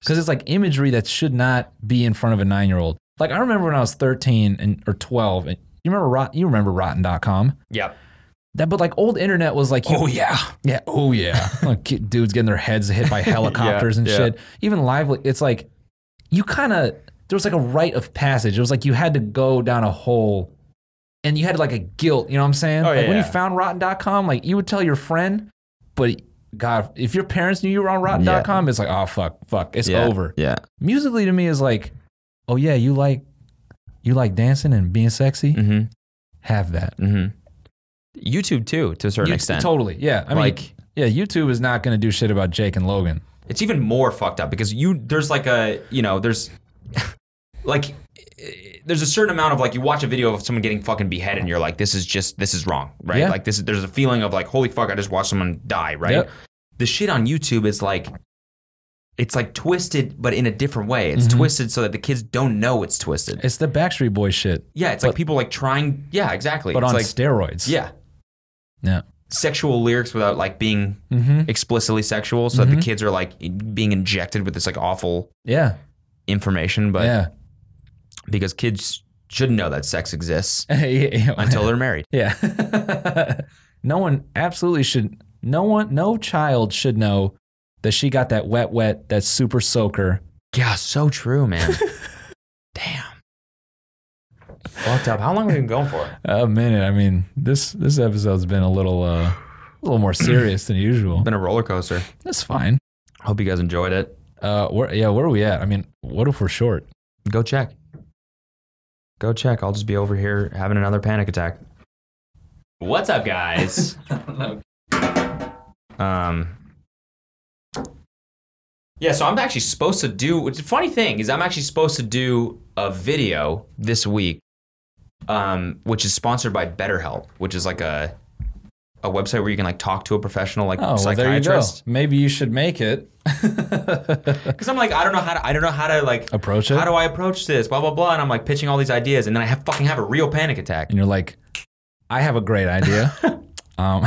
because it's like imagery that should not be in front of a nine year old. Like I remember when I was 13 and or 12, and you remember rot, you remember Rotten.com. Yeah. That, but like old internet was like, you- Oh yeah. yeah, oh yeah, like kid- dudes getting their heads hit by helicopters and yeah. shit. Even lively, it's like you kind of there was like a rite of passage. It was like you had to go down a hole, and you had like a guilt. You know what I'm saying? Oh, like yeah, when you yeah. found Rotten.com, like you would tell your friend, but God, if your parents knew you were on Rotten.com, it's like, oh fuck, fuck, it's Yeah. over Yeah. musically to me is like, oh yeah, you like you like dancing and being sexy. Mm-hmm. Have that. Mm-hmm. YouTube too, to a certain You- extent. Totally. Yeah. I mean, Like- yeah, YouTube is not going to do shit about Jake and Logan. it's even more fucked up because you there's like a you know there's like eh, there's a certain amount of like you watch a video of someone getting fucking beheaded and you're like this is just this is wrong right Yeah. like this is there's a feeling of like holy fuck I just watched someone die right Yep. the shit on YouTube is like it's like twisted but in a different way it's Mhm. twisted so that the kids don't know it's twisted It's the Backstreet Boy shit, yeah it's like people like trying yeah exactly but it's on like steroids. yeah Yeah. sexual lyrics without like being Mm-hmm. explicitly sexual so that the kids are like being injected with this like awful Yeah. information, but yeah. because kids shouldn't know that sex exists yeah. yeah. until they're married. yeah. no one absolutely should. No one. No child should know that she got that wet, wet, that super soaker. Yeah, so true, man. Damn. Fucked up. How long have we been going for? A minute. Oh, I mean, this this episode's been a little uh, a little more serious than usual. Been a roller coaster. That's fine. Hope you guys enjoyed it. Uh, where, yeah, where are we at? I mean, what if we're short? Go check. Go check. I'll just be over here having another panic attack. What's up, guys? Oh, um. Yeah, so I'm actually supposed to do. Which the funny thing is, I'm actually supposed to do a video this week, um, which is sponsored by BetterHelp, which is like a a website where you can like talk to a professional, like Oh, well, there you go. psychiatrist. Maybe you should make it. Because I'm like, I don't know how to. I don't know how to like. Approach it. How do I approach this? Blah blah blah. And I'm like pitching all these ideas, and then I have, fucking have a real panic attack. and you're like, I have a great idea. um,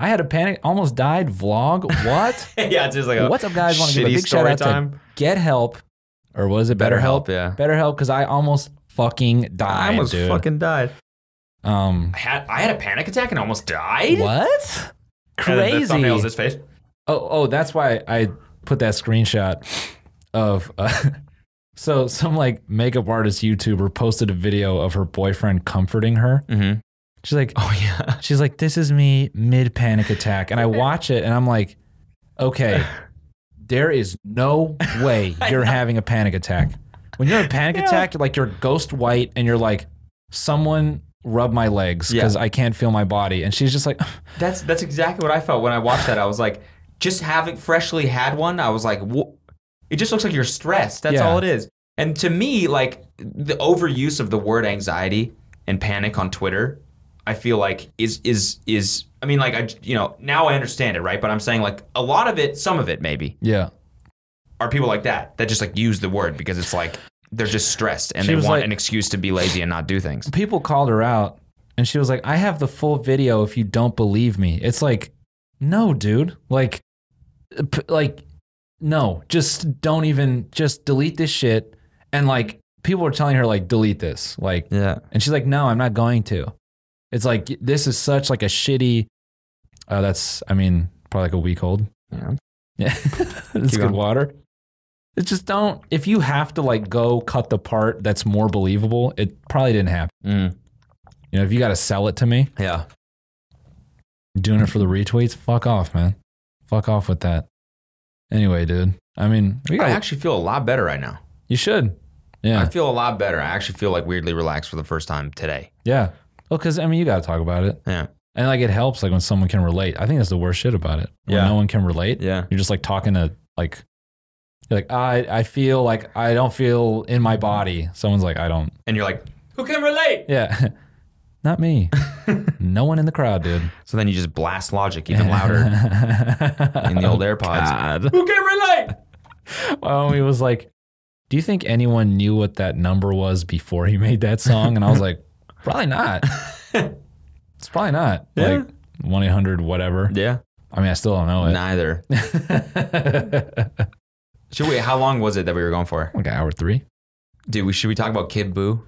I had a panic, almost died vlog. What? yeah, it's just like a What's up, guys? Want to give a shitty big shout story out to time. Get Help, or was it Better Help? yeah. Better Help, because I almost fucking died, I almost dude. fucking died. um, I had I had a panic attack and almost died. what? And then the Crazy. thumbnail's this face. Oh, oh, that's why I put that screenshot of. Uh, so some like makeup artist YouTuber posted a video of her boyfriend comforting her. Mm-hmm. She's like, Oh yeah. she's like, this is me mid panic attack, and I watch it and I'm like, okay, there is no way you're having a panic attack. When you're in a panic attack, like you're ghost white and you're like, someone rub my legs Yeah. because I can't feel my body, and she's just like, That's that's exactly what I felt when I watched that. I was like, just having freshly had one. I was like, wha- it just looks like you're stressed. That's Yeah. all it is. And to me, like the overuse of the word anxiety and panic on Twitter, I feel like is is is. I mean, like I you know now I understand it right, but I'm saying like a lot of it, some of it maybe yeah, are people like that that just like use the word because it's like they're just stressed and She they was want like- an excuse to be lazy and not do things. people called her out and she was like, I have the full video if you don't believe me. It's like, no, dude. Like, p- like, no, just don't even, just delete this shit. And like, people were telling her, like, delete this. Like, Yeah. and she's like, no, I'm not going to. It's like this is such like a shitty. Uh, that's I mean probably like a week old. Yeah. Yeah, it's Keep good going. water. It just don't. If you have to like go cut the part that's more believable, it probably didn't happen. Mm, You know, if you got to sell it to me, yeah. doing it for the retweets, fuck off, man. Fuck off with that. Anyway, dude. I mean, we I got, actually feel a lot better right now. you should. Yeah. I feel a lot better. I actually feel like weirdly relaxed for the first time today. Yeah. Well, because I mean, you got to talk about it. Yeah. And like, it helps like when someone can relate. I think that's the worst shit about it. When Yeah. no one can relate, Yeah. you're just like talking to like, you're like I I feel like I don't feel in my body. Someone's like I don't. And you're like, who can relate? Yeah. Not me. no one in the crowd, dude. So then you just blast logic even louder in the old AirPods. Who can relate? Well, he was like, "Do you think anyone knew what that number was before he made that song?" And I was like, "Probably not. it's probably not. Yeah. Like one eight hundred whatever. Yeah. I mean, I still don't Oh, know it. Neither. Should we? How long was it that we were going for? like hour three. Dude, we, should we talk about Kid Boo?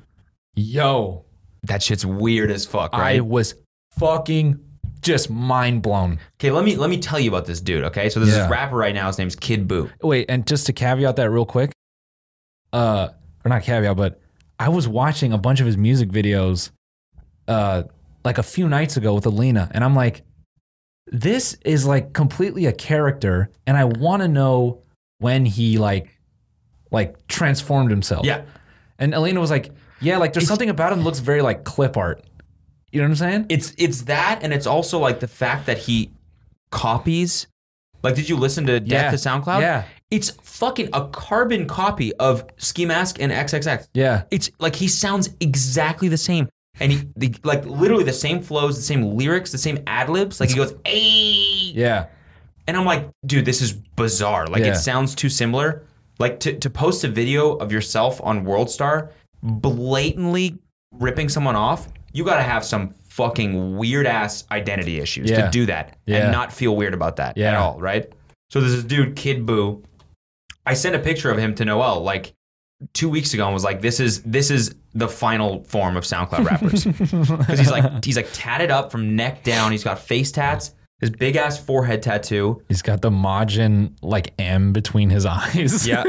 Yo, That shit's weird as fuck, I right? was fucking just mind blown. Okay, let me let me tell you about this dude. Okay, so this Yeah. is rapper right now. His name's Kid Boo. Wait, and just to caveat that real quick, uh, or not caveat, but I was watching a bunch of his music videos, uh, like a few nights ago with Alina, and I'm like, this is like completely a character, and I want to know when he like, like transformed himself. Yeah. and Alina was like, yeah, like there's something about him that looks very like clip art. You know what I'm saying? It's it's that, and it's also like the fact that he copies. Like, did you listen to Yeah. Death to SoundCloud? Yeah. It's fucking a carbon copy of Ski Mask and XXX. yeah, It's like he sounds exactly the same. And he, the, like, literally the same flows, the same lyrics, the same ad libs. Like, he goes, hey. yeah, And I'm like, dude, this is bizarre. Like, Yeah. it sounds too similar. Like, to, to post a video of yourself on Worldstar blatantly ripping someone off, you got to have some fucking weird ass identity issues Yeah. to do that Yeah. and not feel weird about that at Yeah. all, right? So, this is dude, Kid Boo. I sent a picture of him to Noel like two weeks ago and was like, this is this is the final form of SoundCloud rappers. Because he's like he's like tatted up from neck down. He's got face tats, his big ass forehead tattoo. he's got the Majin like M between his eyes. Yeah.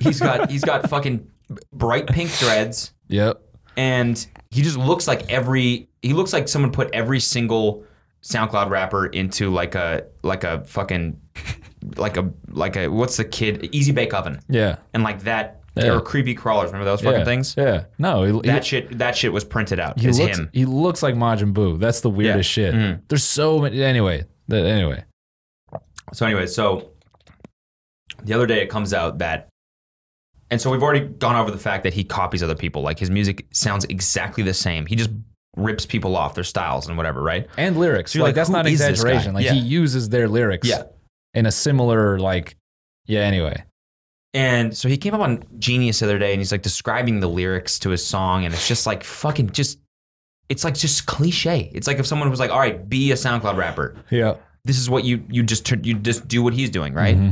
He's got he's got fucking bright pink threads yep. and he just looks like every he looks like someone put every single SoundCloud rapper into like a like a fucking like a like a what's the kid easy bake oven Yeah. and like that Yeah. or creepy crawlers remember those fucking yeah. things Yeah. No, he, he- that shit that shit was printed out he is looks him he looks like Majin Buu. That's the weirdest shit. Mhm. There's so many anyway. The, anyway. So anyway, so the other day it comes out that, and so we've already gone over the fact that he copies other people. Like his music sounds exactly the same. He just rips people off their styles and whatever, right? And lyrics. So you're like, like, that's who not is this exaggeration. guy? Like Yeah. he uses their lyrics Yeah. in a similar like yeah, anyway. And so he came up on Genius the other day and he's like describing the lyrics to his song, and it's just like fucking just. It's like just cliche. It's like if someone was like, "All right, be a SoundCloud rapper. Yeah. This is what you you just turn- you just do what he's doing, right?" Mm-hmm.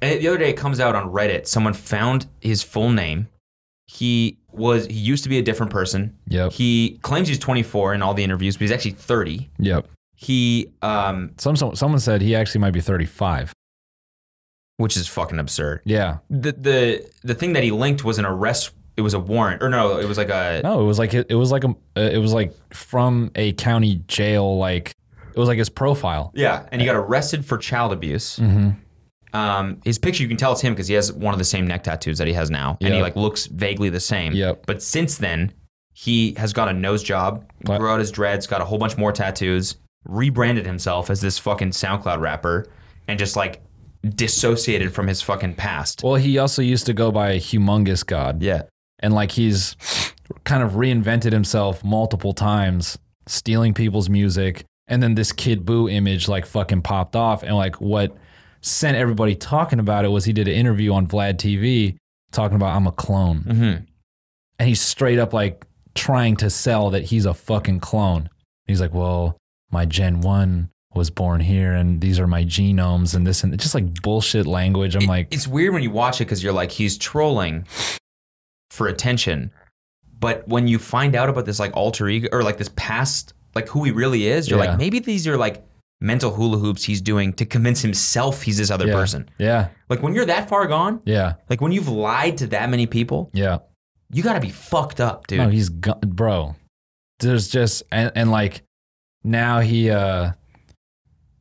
And the other day, it comes out on Reddit. Someone found his full name. He was he used to be a different person. Yep. He claims he's 24 in all the interviews, but he's actually 30. Yep. He, um, Some, some someone said he actually might be 35. which is fucking absurd. Yeah. The the the thing that he linked was an arrest. It was a warrant, or no, it was like a No, it was like it, it was like a uh, it was like from a county jail like it was like his profile. yeah. And he got arrested for child abuse. Mm-hmm. Um, his picture you can tell it's him because he has one of the same neck tattoos that he has now, and he Yep. like looks vaguely the same. Yep. But since then, he has got a nose job, What? grew out his dreads, got a whole bunch more tattoos, rebranded himself as this fucking SoundCloud rapper, and just like dissociated from his fucking past. Well, he also used to go by Humongous God. yeah. and like he's kind of reinvented himself multiple times, stealing people's music. And then this Kid Boo image like fucking popped off. And like what sent everybody talking about it was he did an interview on Vlad TV talking about I'm a clone. Mm-hmm. And he's straight up like trying to sell that he's a fucking clone. And he's like, well, my Gen 1 was born here and these are my genomes and this and just like bullshit language. I'm like, it's weird when you watch it because you're like, he's trolling for attention, But when you find out about this like alter ego or like this past, like who he really is, you're Yeah. like, maybe these are like mental hula hoops he's doing to convince himself he's this other yeah. person. Yeah. Like when you're that far gone, Yeah. like when you've lied to that many people, Yeah. you got to be fucked up, dude. No, he's gu- bro. There's just and, and like now he uh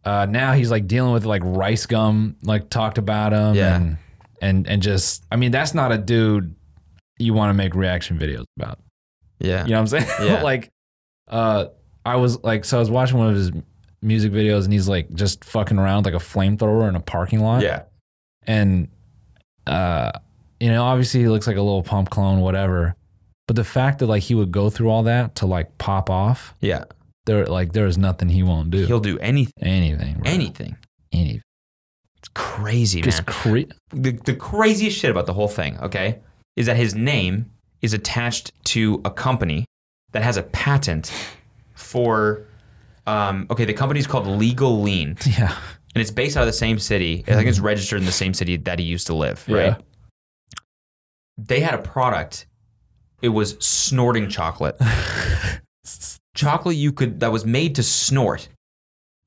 uh now he's like dealing with like rice gum like talked about him Yeah. and and and just I mean that's not a dude you want to make reaction videos about. yeah. You know what I'm saying? Yeah. like uh I was like so I was watching one of his music videos and he's like just fucking around with like a flamethrower in a parking lot Yeah. and uh you know obviously he looks like a little pump clone whatever but the fact that like he would go through all that to like pop off Yeah. there like there is nothing he won't do He'll do anything. anything bro. Anything. anything It's crazy, man. just cre- the, the craziest shit about the whole thing, okay, is that his name is attached to a company that has a patent for, um, okay, the company's called Legal Lean, yeah and it's based out of the same city. I think it's registered in the same city that he used to live, Yeah. right? They had a product. It was snorting chocolate. chocolate you could that was made to snort.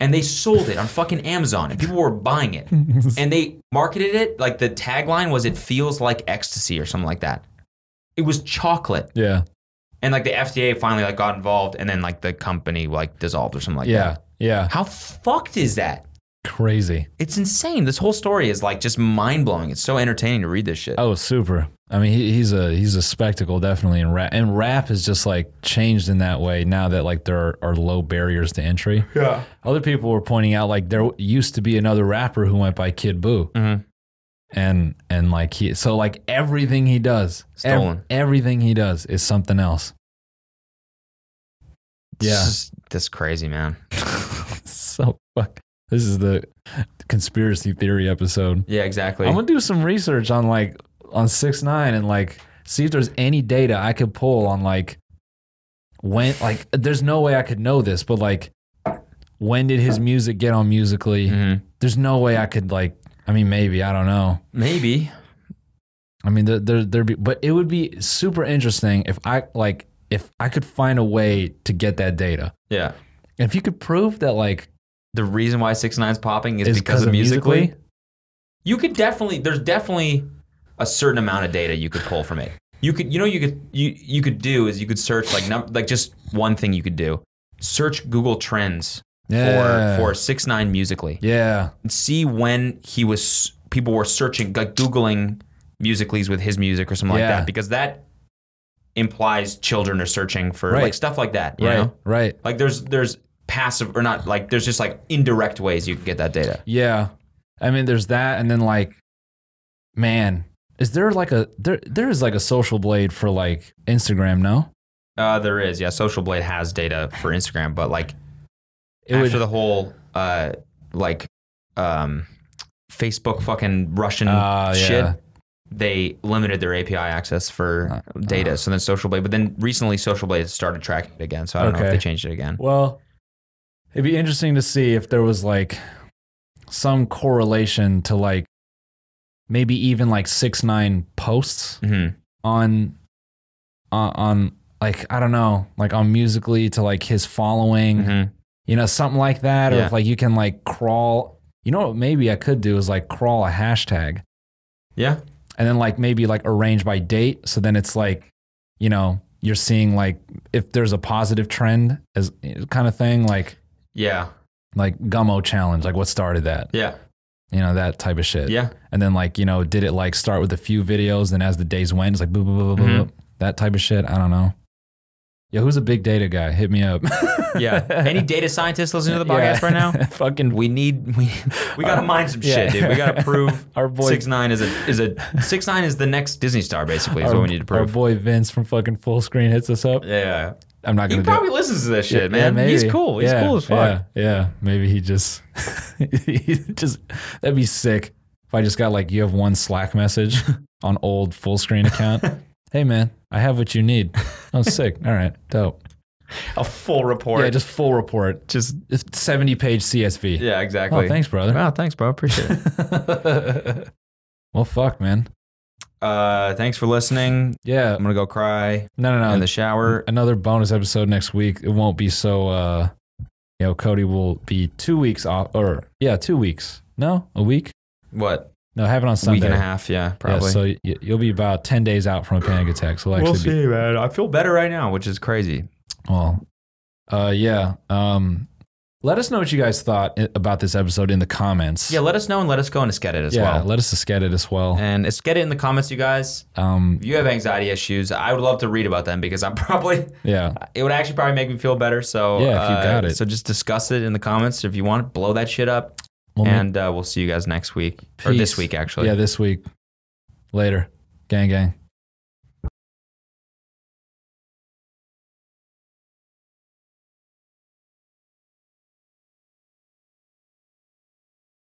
And they sold it on fucking Amazon and people were buying it and they marketed it like the tagline was it feels like ecstasy or something like that it was chocolate yeah and like the fda finally like got involved and then like the company like dissolved or something like yeah that yeah how fucked is that crazy it's insane this whole story is like just mind-blowing it's so entertaining to read this shit oh super i mean he, he's a he's a spectacle definitely in rap and rap is just like changed in that way now that like there are, are low barriers to entry Yeah. other people were pointing out like there used to be another rapper who went by Kid Boo, Mhm. and and like he so like everything he does, Stolen. everything he does is something else. Yeah, this is, that's crazy man so fuck. This is the conspiracy theory episode. yeah exactly I'm gonna do some research on like on six nine and like see if there's any data I could pull on like when like there's no way I could know this, but like when did his music get on musically? Mhm. there's no way I could like. I mean, maybe I don't know. maybe I mean, there, there, there be, but it would be super interesting if I like if I could find a way to get that data. yeah If you could prove that, like, the reason why six nine's popping is, Is because 'cause of of musically. Musical.ly? You could definitely there's definitely a certain amount of data you could pull from it. You could you know you could you you could do is you could search like num- like just one thing you could do. Search Google Trends Yeah. for for six nine musically yeah, and see when he was people were searching like googling musicallys with his music or something like Yeah. that because that implies children are searching for like Right. stuff like that. You right, know? right, Like there's there's passive or not like there's just like indirect ways you can get that data. yeah. I mean, there's that, and then like, man, is there like a there there is like a social blade for like Instagram? No, Uh, there is, yeah. Social Blade has data for Instagram, but like it after would. the whole uh, like um, Facebook fucking Russian Ah, yeah. shit, they limited their API access for Uh, data. so then Social Blade, but then recently Social Blade started tracking it again. So I don't know if Okay. they changed it again. Well, it'd be interesting to see if there was like some correlation to like maybe even like six nine posts hmm on on, on like I don't know, like on musically to like his following, hmm you know, something like that, or Yeah. if like you can like crawl. You know what? Maybe I could do is like crawl a hashtag Yeah, and then like maybe like arrange by date. So then it's like, you know, you're seeing like if there's a positive trend as eh, kind of thing, like yeah, like gummo challenge like what started that yeah, you know that type of shit yeah. and then like you know did it like start with a few videos and as the days went it's like boop boop boop boop, Mhm. boop that type of shit i don't know yeah who's a big data guy hit me up Yeah. Any data scientists listening to the podcast Yeah. right now? fucking We need we we gotta mine some uh, Yeah. shit, dude. We gotta prove Our boy- six nine is a is a six nine is the next Disney star, basically, is our, what we need to our prove. boy vince from fucking full screen hits us up Yeah. i'm not He gonna probably listens to this do it. shit, man. Yeah, He's maybe. cool. He's Yeah, cool as fuck. yeah, yeah maybe he just he just that'd be sick if i just got like you have one slack message on old full screen account hey man i have what you need oh sick all right dope A full report. yeah just full report just 70 page csv Yeah, exactly. oh thanks brother Wow, thanks, bro. Appreciate it. well fuck man Uh, thanks for listening. Yeah. I'm gonna go cry No, no, no. in the shower. another bonus episode next week. It won't be so uh you know, Cody will be two weeks off or yeah, two weeks. No, a week? What No, have it on Sunday. week and a half? Yeah, Yeah, probably. so y- you'll be about ten days out from a panic attack. So it'll actually be man. I feel better right now, which is crazy. well. Uh yeah. Um let us know what you guys thought i- about this episode in the comments. Yeah, let us know and let us go and get it as yeah, well. let us just get it as well. And it's get it in the comments, you guys. Um If you have anxiety issues, I would love to read about them because I'm probably yeah. it would actually probably make me feel better. So Yeah, if you uh, got it. so just discuss it in the comments if you want. Blow that shit up, We'll make- and uh, we'll see you guys next week or this Peace. week actually. Yeah, this week. Later. Gang gang.